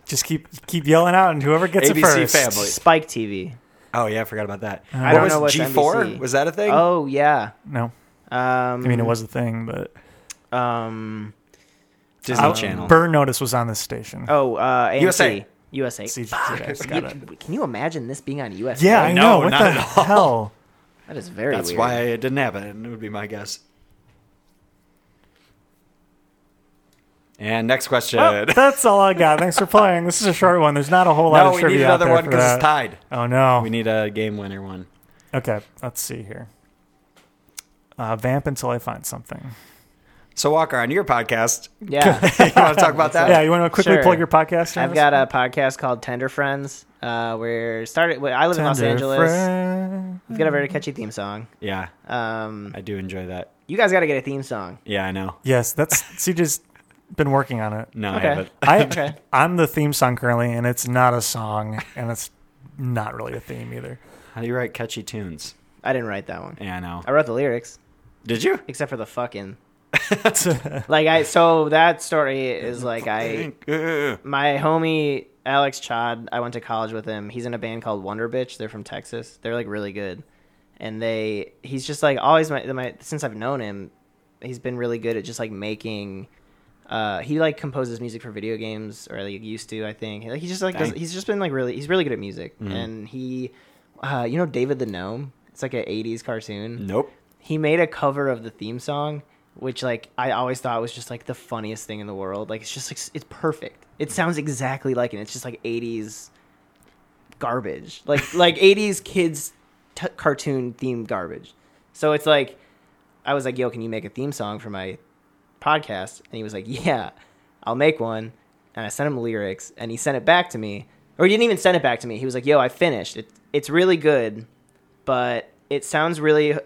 [SPEAKER 1] just keep keep yelling out, and whoever gets it
[SPEAKER 2] ABC
[SPEAKER 1] first.
[SPEAKER 2] Family.
[SPEAKER 3] Spike TV.
[SPEAKER 2] Oh yeah, I forgot about that.
[SPEAKER 1] I don't
[SPEAKER 2] was
[SPEAKER 3] know what's
[SPEAKER 2] G four?
[SPEAKER 3] NBC.
[SPEAKER 2] Was that a thing?
[SPEAKER 3] Oh yeah.
[SPEAKER 1] No,
[SPEAKER 3] Um,
[SPEAKER 1] I mean it was a
[SPEAKER 2] Mm-hmm.
[SPEAKER 1] thing, but
[SPEAKER 3] Um.
[SPEAKER 2] Disney
[SPEAKER 1] Uh,
[SPEAKER 2] Channel.
[SPEAKER 1] Burn Notice was on this station.
[SPEAKER 3] Oh. Uh, AMC.
[SPEAKER 2] USA.
[SPEAKER 3] USA.
[SPEAKER 1] CGTS,
[SPEAKER 3] Fuck.
[SPEAKER 1] got
[SPEAKER 3] You-
[SPEAKER 1] it.
[SPEAKER 3] Can you imagine this being on USA?
[SPEAKER 1] Yeah, I
[SPEAKER 2] Oh, No,
[SPEAKER 1] know. What
[SPEAKER 2] not
[SPEAKER 1] the
[SPEAKER 2] at all.
[SPEAKER 1] hell?
[SPEAKER 3] That is very.
[SPEAKER 2] That's
[SPEAKER 3] weird.
[SPEAKER 2] why it didn't happen. It would be my guess. And next question.
[SPEAKER 1] Well, that's all I got. Thanks for playing. This is a short one. There's not a whole lot
[SPEAKER 2] no,
[SPEAKER 1] of
[SPEAKER 2] we
[SPEAKER 1] trivia
[SPEAKER 2] need
[SPEAKER 1] out
[SPEAKER 2] another
[SPEAKER 1] there
[SPEAKER 2] one
[SPEAKER 1] for
[SPEAKER 2] because it's
[SPEAKER 1] that.
[SPEAKER 2] tied.
[SPEAKER 1] Oh no.
[SPEAKER 2] We need a game winner one.
[SPEAKER 1] okay, let's see here. Uh, vamp until I find something.
[SPEAKER 2] So Walker, on your podcast,
[SPEAKER 3] Yeah.
[SPEAKER 2] you want to talk about that?
[SPEAKER 1] Yeah, you want to quickly
[SPEAKER 3] Sure.
[SPEAKER 1] plug your podcast?
[SPEAKER 3] I've got a podcast called Tender Friends. Uh, where started. well, I live in Los Angeles. We've got a very catchy theme song.
[SPEAKER 2] Yeah,
[SPEAKER 3] Um,
[SPEAKER 2] I do enjoy that.
[SPEAKER 3] you guys got to get a theme song.
[SPEAKER 2] Yeah, I know.
[SPEAKER 1] Yes, that's CJ's been working on it.
[SPEAKER 2] No,
[SPEAKER 3] Okay.
[SPEAKER 2] I haven't.
[SPEAKER 1] I
[SPEAKER 3] Okay.
[SPEAKER 1] I'm the theme song currently, and it's not a song, and it's not really a theme either.
[SPEAKER 2] How do you write catchy tunes?
[SPEAKER 3] I didn't write that one.
[SPEAKER 2] Yeah, I know.
[SPEAKER 3] I wrote the lyrics,
[SPEAKER 2] Did you?
[SPEAKER 3] except for the fucking.
[SPEAKER 1] That's
[SPEAKER 3] Like I so that story is like I
[SPEAKER 2] Ugh.
[SPEAKER 3] my homie Alex Chod, I went to college with him. He's in a band called Wonder Bitch. They're from Texas. They're like really good. And they he's just like always my, my since I've known him, he's been really good at just like making uh he like composes music for video games or like used to, I think. Like he just like does,
[SPEAKER 2] Dang. Mm-hmm.
[SPEAKER 3] he's just been like really he's really good at music. And he uh you know David the Gnome? It's like an 80s cartoon
[SPEAKER 2] Nope.
[SPEAKER 3] he made a cover of the theme song which like i always thought was just like the funniest thing in the world like it's just like it's perfect it sounds exactly like it it's just like 80s garbage like like 80s kids t- cartoon themed garbage so it's like i was like yo can you make a theme song for my podcast and he was like yeah i'll make one and i sent him lyrics and he sent it back to me or he didn't even send it back to me he was like yo i finished it it's really good but it sounds really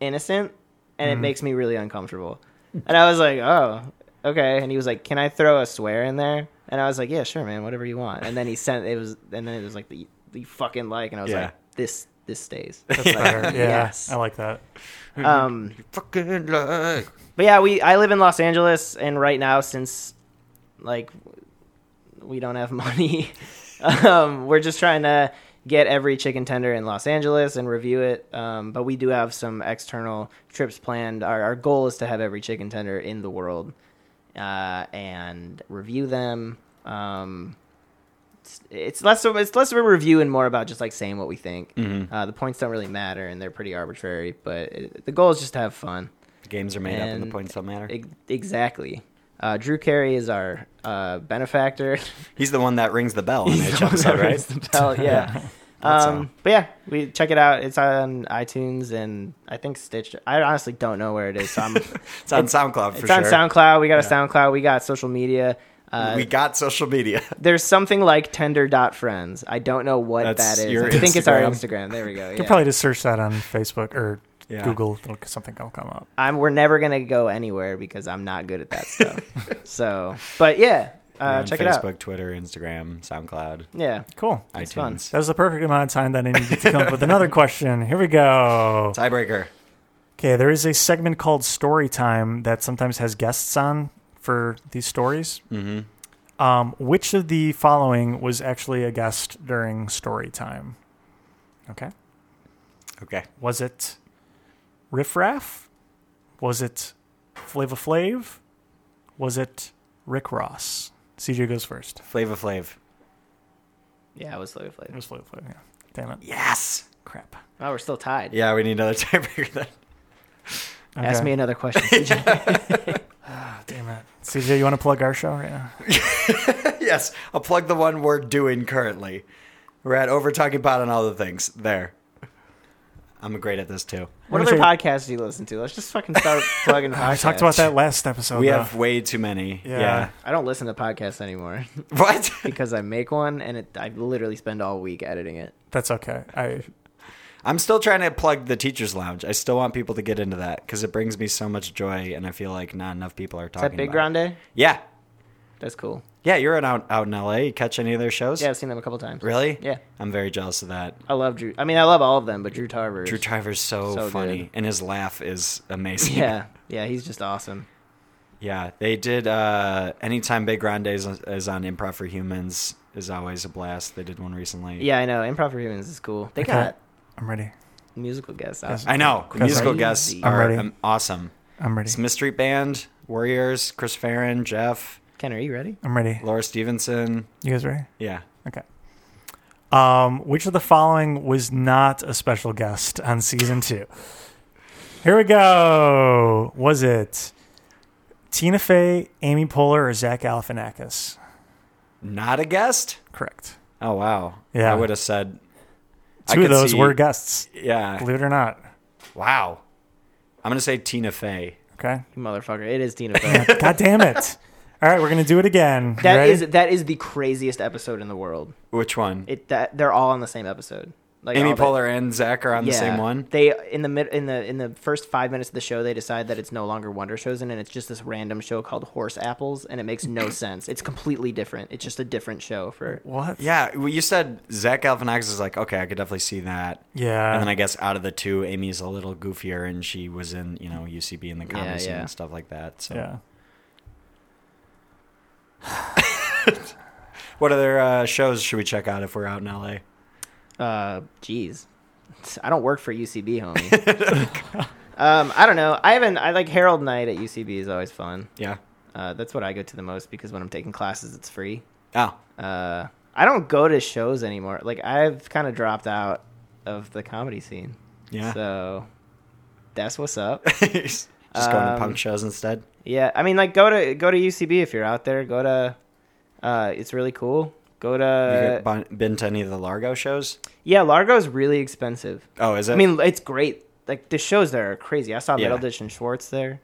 [SPEAKER 3] innocent and it makes me really uncomfortable. And I was like, oh, okay. And he was like, can I throw a swear in there? And I was like, yeah, sure, man, whatever you want. And then he sent it was, and then it was like the, the fucking like, and I was
[SPEAKER 2] Yeah.
[SPEAKER 3] like, this this stays.
[SPEAKER 1] better. uh, Yeah,
[SPEAKER 3] Yes.
[SPEAKER 1] I like that.
[SPEAKER 3] um,
[SPEAKER 2] Fucking like.
[SPEAKER 3] but yeah, we I live in Los Angeles, and right now since like we don't have money, um, we're just trying to get every chicken tender in Los Angeles and review it. Um, but we do have some external trips planned. Our, our goal is to have every chicken tender in the world uh, and review them. Um, it's, it's less of it's less of a review and more about just like saying what we think. Uh, the points don't really matter and they're pretty arbitrary, but it, the goal is just to have fun.
[SPEAKER 2] The games are made up and the
[SPEAKER 3] And-
[SPEAKER 2] points don't matter.
[SPEAKER 3] Ex- Exactly. Uh, Drew Carey is our uh, benefactor.
[SPEAKER 2] He's the one that rings the bell in each
[SPEAKER 3] So
[SPEAKER 2] episode,
[SPEAKER 3] that
[SPEAKER 2] right?
[SPEAKER 3] rings the bell, yeah.
[SPEAKER 2] all.
[SPEAKER 3] um, but yeah, we check it out. It's on iTunes and I think Stitch. I honestly don't know where it is. So I'm,
[SPEAKER 2] It's on SoundCloud for
[SPEAKER 3] it's
[SPEAKER 2] sure.
[SPEAKER 3] on SoundCloud. We got a SoundCloud. We got social media. Uh,
[SPEAKER 2] we got social media.
[SPEAKER 3] there's something like tender.friends. I don't know what
[SPEAKER 2] That's
[SPEAKER 3] that is.
[SPEAKER 2] your
[SPEAKER 3] I think it's our
[SPEAKER 2] Instagram.
[SPEAKER 3] Instagram. There we go.
[SPEAKER 1] You
[SPEAKER 3] Yeah.
[SPEAKER 1] can probably just search that on Facebook or
[SPEAKER 2] Yeah.
[SPEAKER 1] Google. It'll, something will come up.
[SPEAKER 3] I'm we're never gonna go anywhere because I'm not good at that stuff. so, but yeah,
[SPEAKER 2] We're
[SPEAKER 3] uh,
[SPEAKER 2] on
[SPEAKER 3] check
[SPEAKER 2] Facebook,
[SPEAKER 3] it out.
[SPEAKER 2] Twitter, Instagram, SoundCloud,
[SPEAKER 3] Yeah.
[SPEAKER 1] Cool.
[SPEAKER 3] fun.
[SPEAKER 2] iTunes.
[SPEAKER 1] That was the perfect amount of time that I needed to come up with another question. Here we go.
[SPEAKER 2] Tiebreaker.
[SPEAKER 1] Okay, there is a segment called Story Time that sometimes has guests on for these stories. Mm-hmm. Um, which of the following was actually a guest during Story Time? Okay,
[SPEAKER 2] Okay.
[SPEAKER 1] was it Riff Raff? Was it Flava Flav? Was it Rick Ross? CJ goes first.
[SPEAKER 2] Flava Flav.
[SPEAKER 3] Yeah, I was slowly
[SPEAKER 1] It was Flava Flav. Yeah. Damn it.
[SPEAKER 2] Yes.
[SPEAKER 1] Crap.
[SPEAKER 3] Oh, we're still tied.
[SPEAKER 2] Yeah, we need another tiebreaker then.
[SPEAKER 3] Ask
[SPEAKER 1] Okay.
[SPEAKER 3] me another question. CJ.
[SPEAKER 1] Damn it. CJ, you want to plug our show right now?
[SPEAKER 2] yes, I'll plug the one we're doing currently. We're at Over Talking Pod on all the things. There. I'm great at this too.
[SPEAKER 1] Let
[SPEAKER 3] what
[SPEAKER 1] me
[SPEAKER 3] other
[SPEAKER 1] tell you-
[SPEAKER 3] podcasts do you listen to? Let's just fucking start plugging podcasts.
[SPEAKER 1] I talked about that last episode.
[SPEAKER 2] We
[SPEAKER 1] though.
[SPEAKER 2] have way too many. Yeah.
[SPEAKER 1] Yeah.
[SPEAKER 3] I don't listen to podcasts anymore
[SPEAKER 2] What?
[SPEAKER 3] because I make one and it, I literally spend all week editing it.
[SPEAKER 1] That's okay. I
[SPEAKER 2] I'm still trying to plug the teachers' lounge. I still want people to get into that because it brings me so much joy, and I feel like not enough people are
[SPEAKER 3] Is
[SPEAKER 2] talking.
[SPEAKER 3] that Big
[SPEAKER 2] about it.
[SPEAKER 3] Grande?
[SPEAKER 2] Yeah,
[SPEAKER 3] That's cool.
[SPEAKER 2] yeah. You're in- out out in LA. You catch any of their shows?
[SPEAKER 3] Yeah, I've seen them a couple times.
[SPEAKER 2] Really?
[SPEAKER 3] Yeah.
[SPEAKER 2] I'm very jealous of that.
[SPEAKER 3] I love Drew. I mean, I love all of them, but Drew Tarver. is-
[SPEAKER 2] Drew Tarver's so,
[SPEAKER 3] So
[SPEAKER 2] funny,
[SPEAKER 3] good.
[SPEAKER 2] and his laugh is amazing.
[SPEAKER 3] Yeah, yeah, he's just awesome.
[SPEAKER 2] Yeah, they did. Uh, anytime Big Grande is, is on Improv for Humans is always a blast. They did one recently.
[SPEAKER 3] Yeah, I know. Improv for Humans is cool. They
[SPEAKER 1] Okay.
[SPEAKER 3] got
[SPEAKER 1] I'm ready.
[SPEAKER 3] musical guests.
[SPEAKER 1] Yes.
[SPEAKER 3] Out.
[SPEAKER 2] I know. The
[SPEAKER 1] Chris,
[SPEAKER 2] musical
[SPEAKER 1] I'm-
[SPEAKER 2] guests
[SPEAKER 3] I'm
[SPEAKER 2] are
[SPEAKER 1] ready.
[SPEAKER 2] um, awesome.
[SPEAKER 1] I'm ready.
[SPEAKER 2] It's Mystery Band, Warriors, Chris Farron, Jeff,
[SPEAKER 3] Ken, are you ready?
[SPEAKER 1] I'm ready.
[SPEAKER 2] Laura Stevenson.
[SPEAKER 1] You guys ready?
[SPEAKER 2] Yeah.
[SPEAKER 1] Okay. Um, which of the following was not a special guest on season two? Here we go. Was it Tina Fey, Amy Poehler, or Zach Galifianakis?
[SPEAKER 2] Not a guest?
[SPEAKER 1] Correct.
[SPEAKER 2] Oh, wow.
[SPEAKER 1] Yeah.
[SPEAKER 2] I would have said. I
[SPEAKER 1] Two of
[SPEAKER 2] could
[SPEAKER 1] those
[SPEAKER 2] see-
[SPEAKER 1] were guests,
[SPEAKER 2] Yeah.
[SPEAKER 1] believe it or not.
[SPEAKER 2] Wow. I'm going to say Tina Fey.
[SPEAKER 1] Okay.
[SPEAKER 3] You motherfucker. It is Tina Fey.
[SPEAKER 1] God damn it. All right, we're gonna do it again. You
[SPEAKER 3] That
[SPEAKER 1] ready?
[SPEAKER 3] is that is the craziest episode in the world.
[SPEAKER 2] Which one?
[SPEAKER 3] It that they're all on the same episode. Like
[SPEAKER 2] Amy
[SPEAKER 3] all the-
[SPEAKER 2] Poehler and Zach are on the
[SPEAKER 3] Yeah.
[SPEAKER 2] same one?
[SPEAKER 3] They in the mid in the in the first five minutes of the show, they decide that it's no longer Wonder Chosen, and it's just this random show called Horse Apples, and it makes no sense. It's completely different. It's just a different show for.
[SPEAKER 1] what?
[SPEAKER 2] Yeah, well, you said Zach Galifianakis is like okay, I could definitely see that.
[SPEAKER 1] Yeah.
[SPEAKER 2] and then I guess out of the two, Amy's a little goofier, and she was in you know UCB in the comedy
[SPEAKER 3] Yeah,
[SPEAKER 2] scene
[SPEAKER 3] yeah.
[SPEAKER 2] and stuff like that. So,
[SPEAKER 1] Yeah.
[SPEAKER 2] what other uh, shows should we check out if we're out in LA?
[SPEAKER 3] Uh, jeez, I don't work for UCB, homie. um, I don't know. I haven't. I like Herald Night at UCB is always fun.
[SPEAKER 2] Yeah.
[SPEAKER 3] Uh, that's what I go to the most because when I'm taking classes, it's free.
[SPEAKER 2] Oh,
[SPEAKER 3] Uh, I don't go to shows anymore. Like I've kind of dropped out of the comedy scene.
[SPEAKER 2] yeah.
[SPEAKER 3] So that's what's up.
[SPEAKER 2] Just going to
[SPEAKER 3] Um,
[SPEAKER 2] punk shows instead.
[SPEAKER 3] yeah, I mean, like go to go to UCB if you're out there. Go to, uh, it's really cool. Go
[SPEAKER 2] Have you
[SPEAKER 3] to
[SPEAKER 2] been- been to any of the Largo shows?
[SPEAKER 3] yeah, Largo's really expensive.
[SPEAKER 2] Oh, is it?
[SPEAKER 3] I mean, it's great. Like the shows there are crazy. I saw
[SPEAKER 2] Yeah.
[SPEAKER 3] Middle Ditch and Schwartz there,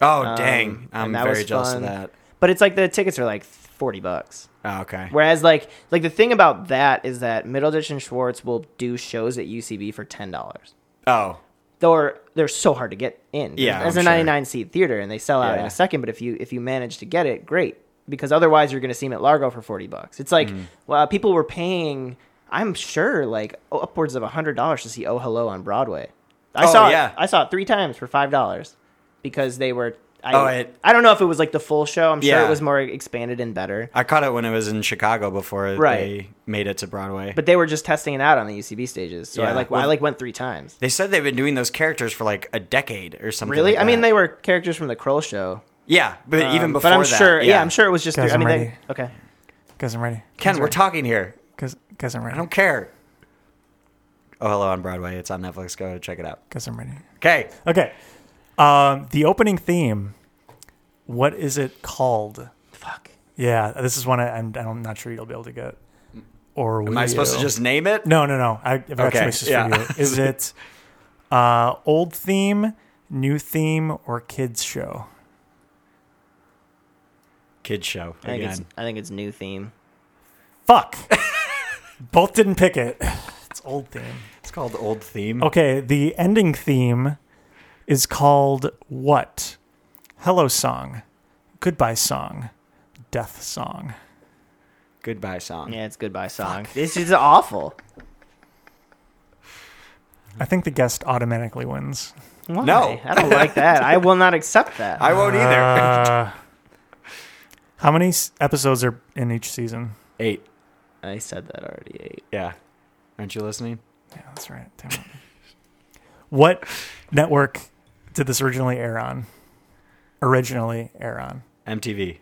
[SPEAKER 2] oh
[SPEAKER 3] um,
[SPEAKER 2] dang, I'm
[SPEAKER 3] and that
[SPEAKER 2] very
[SPEAKER 3] was
[SPEAKER 2] jealous of
[SPEAKER 3] fun.
[SPEAKER 2] that.
[SPEAKER 3] but it's like the tickets are like forty bucks.
[SPEAKER 2] Oh, okay.
[SPEAKER 3] Whereas like like the thing about that is that Middle Ditch and Schwartz will do shows at UCB for ten dollars.
[SPEAKER 2] Oh,
[SPEAKER 3] They're they're so hard to get in.
[SPEAKER 2] Yeah,
[SPEAKER 3] it's
[SPEAKER 2] I'm
[SPEAKER 3] a
[SPEAKER 2] sure.
[SPEAKER 3] 99 seat theater, and they sell out in
[SPEAKER 2] Yeah.
[SPEAKER 3] a second. But if you if you manage to get it, great, because otherwise you're going to see them at Largo for 40 bucks. It's like
[SPEAKER 2] Mm.
[SPEAKER 3] well, people were paying, I'm sure, like upwards of hundred dollars to see Oh Hello on Broadway. I
[SPEAKER 2] Oh,
[SPEAKER 3] saw
[SPEAKER 2] yeah.
[SPEAKER 3] it, I saw it three times for five dollars because they were. I,
[SPEAKER 2] Oh, it-
[SPEAKER 3] I don't know if it was like the full show. I'm sure
[SPEAKER 2] Yeah.
[SPEAKER 3] it was more expanded and better.
[SPEAKER 2] I caught it when it was in Chicago before
[SPEAKER 3] Right.
[SPEAKER 2] they made it to Broadway.
[SPEAKER 3] but they were just testing it out on the UCB stages. So I
[SPEAKER 2] Yeah.
[SPEAKER 3] like I
[SPEAKER 2] Well-
[SPEAKER 3] like went three times.
[SPEAKER 2] They said they've been doing those characters for like a decade or something.
[SPEAKER 3] Really?
[SPEAKER 2] like
[SPEAKER 3] I mean,
[SPEAKER 2] that.
[SPEAKER 3] they were characters from the Kroll show.
[SPEAKER 2] Yeah, but even
[SPEAKER 3] Um,
[SPEAKER 2] before
[SPEAKER 3] but I'm
[SPEAKER 2] that,
[SPEAKER 3] sure. Yeah. I'm sure it was just.
[SPEAKER 1] Guys,
[SPEAKER 3] Through, I mean,
[SPEAKER 1] I'm
[SPEAKER 3] they, okay.
[SPEAKER 1] Guys, I'm ready.
[SPEAKER 2] Ken, we're talking here.
[SPEAKER 1] Guys, guys, I'm
[SPEAKER 2] I
[SPEAKER 1] ready.
[SPEAKER 2] don't care. Oh, hello on Broadway. It's on Netflix. Go check it out.
[SPEAKER 1] Guys, I'm ready.
[SPEAKER 2] Okay.
[SPEAKER 1] Okay. Um, the opening theme. What is it called?
[SPEAKER 3] Fuck.
[SPEAKER 1] Yeah, this is one I, I'm, I'm not sure you'll be able to get. Or
[SPEAKER 2] Am I supposed to just name it?
[SPEAKER 1] No, no, no. I, I've got
[SPEAKER 2] Okay,
[SPEAKER 1] choices
[SPEAKER 2] yeah.
[SPEAKER 1] for you. Is it uh, old theme, new theme, or kids show?
[SPEAKER 2] Kid show
[SPEAKER 3] I think it's
[SPEAKER 2] again.
[SPEAKER 3] I think it's new theme.
[SPEAKER 1] Fuck. Both didn't pick it. It's old theme.
[SPEAKER 2] It's called Old Theme.
[SPEAKER 1] Okay, the ending theme is called what? Hello song, goodbye song, death song.
[SPEAKER 2] Goodbye song.
[SPEAKER 3] Yeah, it's goodbye song. This is awful.
[SPEAKER 1] I think the guest automatically wins.
[SPEAKER 3] Why?
[SPEAKER 2] No.
[SPEAKER 3] I don't like that. I will not accept that.
[SPEAKER 2] I won't either.
[SPEAKER 1] Uh, how many s- episodes are in each season?
[SPEAKER 2] Eight.
[SPEAKER 3] I said that already. Eight.
[SPEAKER 2] Yeah. Aren't you listening?
[SPEAKER 1] Yeah, that's right. Damn it. what network did this originally air on? Originally air on
[SPEAKER 2] MTV.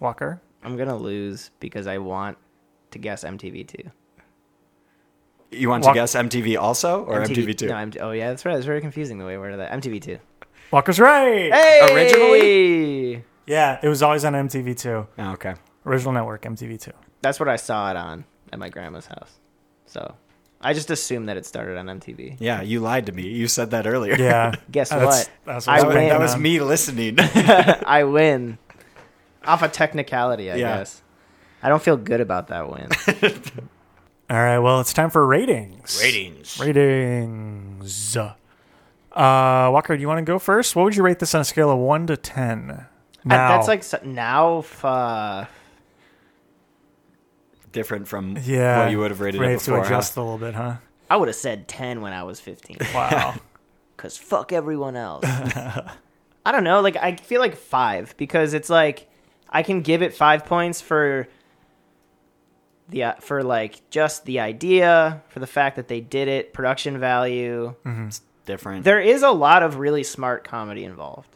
[SPEAKER 1] Walker.
[SPEAKER 3] I'm gonna lose because I want to guess MTV two
[SPEAKER 2] You want
[SPEAKER 1] Walk-
[SPEAKER 2] to guess MTV also or MTV, two?
[SPEAKER 3] No, I'm, oh yeah, that's right. It's very confusing the way we worded that. MTV two.
[SPEAKER 1] Walker's right.
[SPEAKER 3] Hey.
[SPEAKER 2] Originally?
[SPEAKER 1] Yeah, it was always on MTV Two.
[SPEAKER 2] Oh, okay.
[SPEAKER 1] Original network MTV Two.
[SPEAKER 3] That's what I saw it on at my grandma's house. So I just assumed that it started on MTV.
[SPEAKER 2] Yeah, you lied to me. You said that earlier.
[SPEAKER 1] Yeah.
[SPEAKER 3] Guess
[SPEAKER 1] That's-
[SPEAKER 3] what?
[SPEAKER 1] that's
[SPEAKER 3] I
[SPEAKER 1] it's
[SPEAKER 2] That was-
[SPEAKER 1] been
[SPEAKER 3] win.
[SPEAKER 2] that was
[SPEAKER 1] on.
[SPEAKER 2] me listening.
[SPEAKER 3] I win off a technicality, I
[SPEAKER 2] Yeah.
[SPEAKER 3] guess. I don't feel good about that win.
[SPEAKER 1] All right. Well, it's time for ratings.
[SPEAKER 2] Ratings.
[SPEAKER 1] Ratings. Uh, Walker, do you want to go first? What would you rate this on a scale of one to ten?
[SPEAKER 3] I-
[SPEAKER 1] Now,
[SPEAKER 3] Uh, that's like so- now. f- Uh,
[SPEAKER 2] Different from
[SPEAKER 1] yeah,
[SPEAKER 2] what you would have rated
[SPEAKER 1] right,
[SPEAKER 2] it before.
[SPEAKER 1] to adjust a
[SPEAKER 2] huh?
[SPEAKER 1] little bit, huh?
[SPEAKER 3] I would have said ten when I was fifteen.
[SPEAKER 1] Wow.
[SPEAKER 3] Cause fuck everyone else. I don't know. Like I feel like five because it's like I can give it five points for the uh, for like just the idea, for the fact that they did it, production value.
[SPEAKER 2] Different.
[SPEAKER 3] there is a lot of really smart comedy involved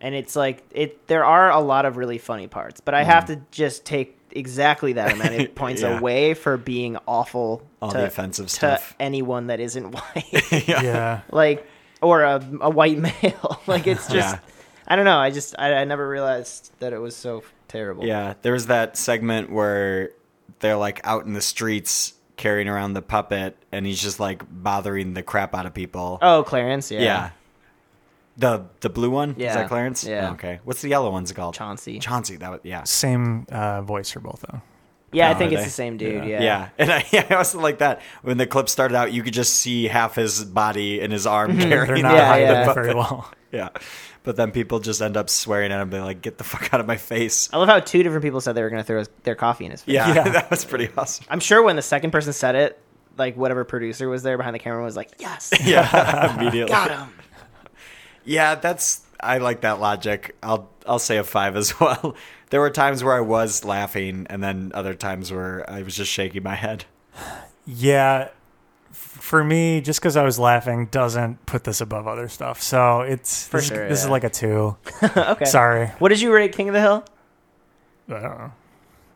[SPEAKER 3] and it's like it there are a lot of really funny parts but i have to just take exactly that amount of points
[SPEAKER 2] Mm-hmm. Yeah.
[SPEAKER 3] away for being awful
[SPEAKER 2] All
[SPEAKER 3] to,
[SPEAKER 2] the offensive
[SPEAKER 3] to
[SPEAKER 2] stuff.
[SPEAKER 3] anyone that isn't white
[SPEAKER 1] yeah.
[SPEAKER 3] like or a, a white male like it's just
[SPEAKER 2] Yeah.
[SPEAKER 3] i don't know i just I, I never realized that it was so terrible
[SPEAKER 2] Yeah, there was that segment where they're like out in the streets carrying around the puppet, and he's just like bothering the crap out of people.
[SPEAKER 3] oh clarence yeah,
[SPEAKER 2] yeah. The the blue one is
[SPEAKER 3] Yeah.
[SPEAKER 2] that Clarence?
[SPEAKER 3] Yeah.
[SPEAKER 2] okay. What's the yellow one's called?
[SPEAKER 3] chauncey
[SPEAKER 2] Chauncey. That was yeah.
[SPEAKER 1] Same uh, voice for both, though.
[SPEAKER 3] yeah
[SPEAKER 2] Oh,
[SPEAKER 3] i think
[SPEAKER 2] are
[SPEAKER 3] it's
[SPEAKER 2] they?
[SPEAKER 3] the same dude yeah
[SPEAKER 2] Yeah. and I, yeah, I also like that when the clip started out, you could just see half his body and his arm
[SPEAKER 1] They're
[SPEAKER 2] carrying.
[SPEAKER 1] not
[SPEAKER 2] the
[SPEAKER 3] Yeah,
[SPEAKER 1] hiding
[SPEAKER 3] yeah.
[SPEAKER 1] it very well.
[SPEAKER 2] Yeah, but then people just end up swearing at him, be like, "Get the fuck out of my face!"
[SPEAKER 3] i love how two different people said they were going to throw his, their coffee in his face
[SPEAKER 2] Yeah,
[SPEAKER 1] Yeah.
[SPEAKER 2] that was pretty awesome.
[SPEAKER 3] I'm sure when the second person said it, like whatever producer was there behind the camera was like, "Yes,
[SPEAKER 2] Yeah, immediately.
[SPEAKER 3] got him."
[SPEAKER 2] Yeah, that's I like that logic. I'll I'll say a five as well. There were times where I was laughing, and then other times where I was just shaking my head.
[SPEAKER 1] Yeah. f- For me, just because I was laughing doesn't put this above other stuff. So it's
[SPEAKER 3] For
[SPEAKER 1] this,
[SPEAKER 3] sure,
[SPEAKER 1] this is
[SPEAKER 3] yeah.
[SPEAKER 1] like a two.
[SPEAKER 3] okay.
[SPEAKER 1] Sorry.
[SPEAKER 3] What did you rate King of the Hill?
[SPEAKER 1] I don't know.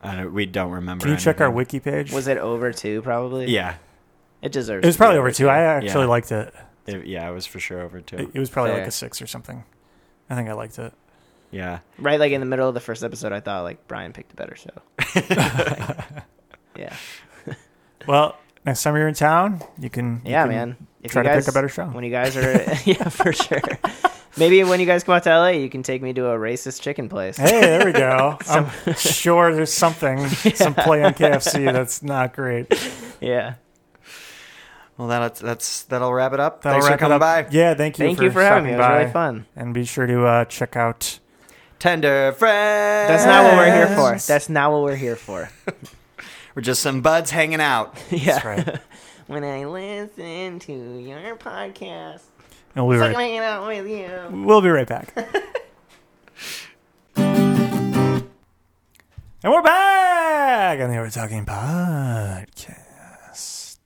[SPEAKER 2] I don't, we don't remember.
[SPEAKER 1] Can you check our
[SPEAKER 2] anything.
[SPEAKER 1] wiki page?
[SPEAKER 3] Was it over two? Probably.
[SPEAKER 2] Yeah,
[SPEAKER 3] It deserves.
[SPEAKER 1] It was
[SPEAKER 3] to be
[SPEAKER 1] probably over two. I actually
[SPEAKER 2] Yeah.
[SPEAKER 1] liked it.
[SPEAKER 2] It- yeah, I was for sure over two.
[SPEAKER 1] It, it was probably like
[SPEAKER 3] Fair.
[SPEAKER 1] a six or something. I think I liked it.
[SPEAKER 2] yeah,
[SPEAKER 3] Right, like in the middle of the first episode, I thought like Brian picked a better show. yeah.
[SPEAKER 1] Well, next time you're in town, you can. you
[SPEAKER 3] Yeah,
[SPEAKER 1] can-
[SPEAKER 3] man. If
[SPEAKER 1] try
[SPEAKER 3] you
[SPEAKER 1] to pick
[SPEAKER 3] guys-
[SPEAKER 1] a better show.
[SPEAKER 3] When you guys are, yeah, for sure. Maybe when you guys come out to LA, you can take me to a racist chicken place.
[SPEAKER 1] Hey, there we go. I'm sure there's something, some play on KFC that's not great.
[SPEAKER 3] Yeah.
[SPEAKER 2] Well, that that's that'll wrap it up.
[SPEAKER 1] That'll
[SPEAKER 2] Thanks
[SPEAKER 1] wrap
[SPEAKER 2] for
[SPEAKER 1] it
[SPEAKER 2] coming
[SPEAKER 1] up.
[SPEAKER 2] by.
[SPEAKER 1] Yeah, thank you.
[SPEAKER 3] Thank
[SPEAKER 1] for
[SPEAKER 3] you for having me. It
[SPEAKER 1] stopping
[SPEAKER 3] was
[SPEAKER 1] by.
[SPEAKER 3] really fun.
[SPEAKER 1] And be sure to uh, check out.
[SPEAKER 2] Tender friends.
[SPEAKER 3] That's not what we're here for. That's not what we're here for.
[SPEAKER 2] We're just some buds hanging out.
[SPEAKER 3] Yeah.
[SPEAKER 1] That's right.
[SPEAKER 3] when I listen to your podcast.
[SPEAKER 1] And we'll be
[SPEAKER 3] Like
[SPEAKER 1] right.
[SPEAKER 3] hanging out with you.
[SPEAKER 1] We'll be right back. and we're back on the We're Talking podcast.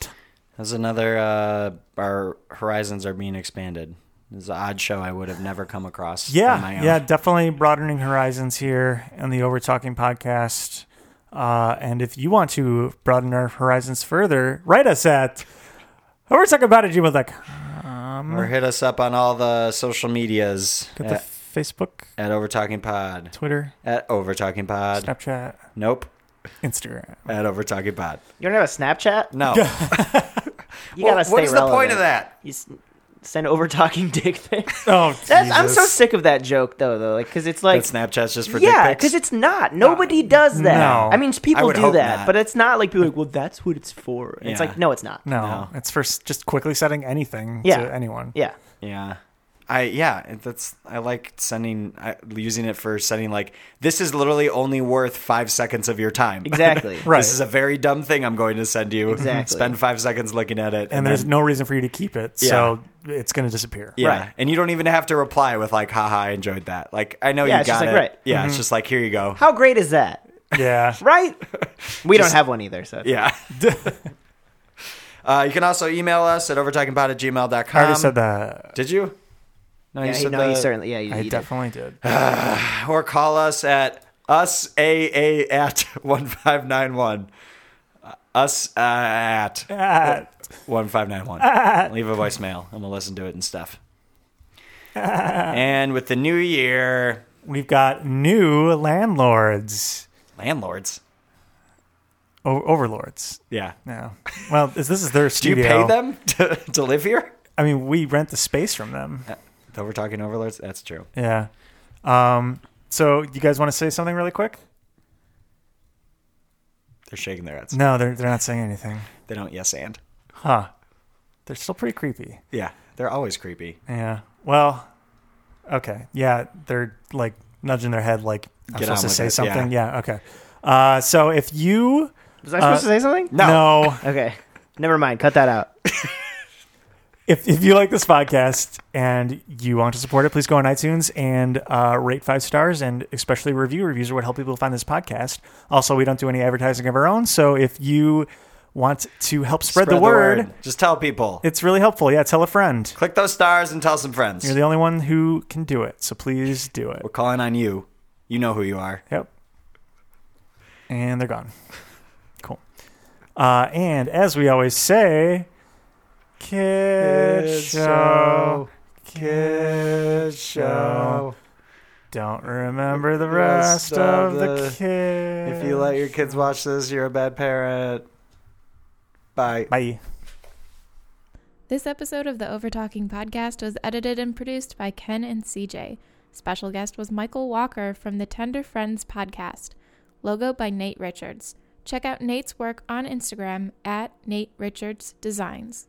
[SPEAKER 2] That's another. Uh, our horizons are being expanded. It's an odd show I would have never come across. on my
[SPEAKER 1] Yeah,
[SPEAKER 2] own.
[SPEAKER 1] yeah, definitely broadening horizons here on the Over Talking podcast. Uh, and if you want to broaden our horizons further, write us at overtalkingbot at gmail.com.
[SPEAKER 2] Or hit us up on all the social medias
[SPEAKER 1] Get the
[SPEAKER 2] at,
[SPEAKER 1] Facebook,
[SPEAKER 2] at Over Talking Pod.
[SPEAKER 1] Twitter,
[SPEAKER 2] At Over Talking Pod.
[SPEAKER 1] Snapchat,
[SPEAKER 2] Nope.
[SPEAKER 1] Instagram.
[SPEAKER 2] At Over Talking Pod.
[SPEAKER 3] You don't have a Snapchat?
[SPEAKER 2] No.
[SPEAKER 3] You
[SPEAKER 2] What-
[SPEAKER 3] gotta stay
[SPEAKER 2] what is the
[SPEAKER 3] relevant.
[SPEAKER 2] point of that?
[SPEAKER 3] You s- send over talking dick pics.
[SPEAKER 1] Oh,
[SPEAKER 3] That's, I'm so
[SPEAKER 1] Jesus.
[SPEAKER 3] sick of that joke though, though, like because it's
[SPEAKER 2] That
[SPEAKER 3] like.
[SPEAKER 2] Snapchat's just for dick
[SPEAKER 3] yeah,
[SPEAKER 2] pics.
[SPEAKER 3] because it's not. Nobody does that.
[SPEAKER 1] no.
[SPEAKER 3] I mean,
[SPEAKER 2] I
[SPEAKER 3] people
[SPEAKER 2] would
[SPEAKER 3] do
[SPEAKER 2] hope
[SPEAKER 3] that,
[SPEAKER 2] not.
[SPEAKER 3] but it's not like people are like, well, that's what it's for.
[SPEAKER 2] Yeah.
[SPEAKER 3] It's like, no, it's not.
[SPEAKER 1] No,
[SPEAKER 2] No.
[SPEAKER 1] it's for s- just quickly setting anything
[SPEAKER 3] Yeah.
[SPEAKER 1] to anyone.
[SPEAKER 3] Yeah.
[SPEAKER 2] Yeah. I yeah, it- that's I like sending I, using it for sending like this is literally only worth 5 seconds of your time.
[SPEAKER 3] Exactly.
[SPEAKER 1] Right.
[SPEAKER 2] This is a very dumb thing I'm going to send you.
[SPEAKER 3] Exactly.
[SPEAKER 2] Spend 5 seconds looking at it.
[SPEAKER 1] And, there's no reason for you to keep it, so it's going to disappear.
[SPEAKER 2] Yeah.
[SPEAKER 3] Right.
[SPEAKER 2] And you don't even have to reply with like haha I enjoyed that. Like I know
[SPEAKER 3] Yeah,
[SPEAKER 2] you
[SPEAKER 3] it's
[SPEAKER 2] got
[SPEAKER 3] just
[SPEAKER 2] it.
[SPEAKER 3] like, right. Mm-hmm.
[SPEAKER 2] Yeah, it's just like here you go.
[SPEAKER 3] How great is that?
[SPEAKER 1] Yeah.
[SPEAKER 3] Right? We don't have one either, so.
[SPEAKER 2] Yeah. uh, you can also email us at overtalkingpod at
[SPEAKER 1] I already
[SPEAKER 2] gmail.com.
[SPEAKER 1] said that.
[SPEAKER 2] Did you? No,
[SPEAKER 3] Yeah, you know, you certainly, yeah, you,
[SPEAKER 1] I
[SPEAKER 3] you did.
[SPEAKER 1] definitely did.
[SPEAKER 2] Or call us at us a at 1591. Uh, Us uh, at
[SPEAKER 1] Ah,
[SPEAKER 2] 1591. Leave a voicemail and we'll listen to it and stuff. and with the new year,
[SPEAKER 1] we've got new landlords,
[SPEAKER 2] landlords.
[SPEAKER 1] o- overlords.
[SPEAKER 2] Yeah.
[SPEAKER 1] No. Well, is- this is their
[SPEAKER 2] Do you
[SPEAKER 1] studio.
[SPEAKER 2] pay them to, to live here?
[SPEAKER 1] I mean, we rent the space from them.
[SPEAKER 2] Though we're talking overlords, that's true.
[SPEAKER 1] Yeah. Um, so, you guys want to say something really quick?
[SPEAKER 2] They're shaking their heads.
[SPEAKER 1] No, they're they're not saying anything.
[SPEAKER 2] They don't yes and.
[SPEAKER 1] Huh. They're still pretty creepy.
[SPEAKER 2] Yeah, they're always creepy.
[SPEAKER 1] Yeah. Well, okay. Yeah, they're like nudging their head like I'm
[SPEAKER 2] Get on
[SPEAKER 1] supposed to
[SPEAKER 2] with
[SPEAKER 1] say
[SPEAKER 2] it,
[SPEAKER 1] something. Yeah. okay. Uh, so if you
[SPEAKER 3] Was I supposed
[SPEAKER 1] Uh,
[SPEAKER 3] to say something?
[SPEAKER 1] no,
[SPEAKER 3] Okay. Never mind. Cut that out.
[SPEAKER 1] if if you like this podcast and you want to support it, please go on iTunes and uh, rate five stars and especially review. Reviews are what help people find this podcast. Also, we don't do any advertising of our own, so if you want to help spread, the, word,
[SPEAKER 2] Just tell people.
[SPEAKER 1] it's really helpful. Yeah, tell a friend.
[SPEAKER 2] Click those stars and tell some friends.
[SPEAKER 1] You're the only one who can do it, so please do it.
[SPEAKER 2] We're calling on you. You know who you are.
[SPEAKER 1] Yep. And they're gone. Cool. Uh, and as we always say, kid, show, kid show. Don't remember the rest of the kid.
[SPEAKER 2] If you let your kids watch this, you're a bad parent. Bye.
[SPEAKER 1] Bye.
[SPEAKER 6] This episode of the Overtalking podcast was edited and produced by Ken and CJ. Special guest was Michael Walker from the Tender Friends podcast. Logo by Nate Richards. Check out Nate's work on Instagram at Nate Richards Designs.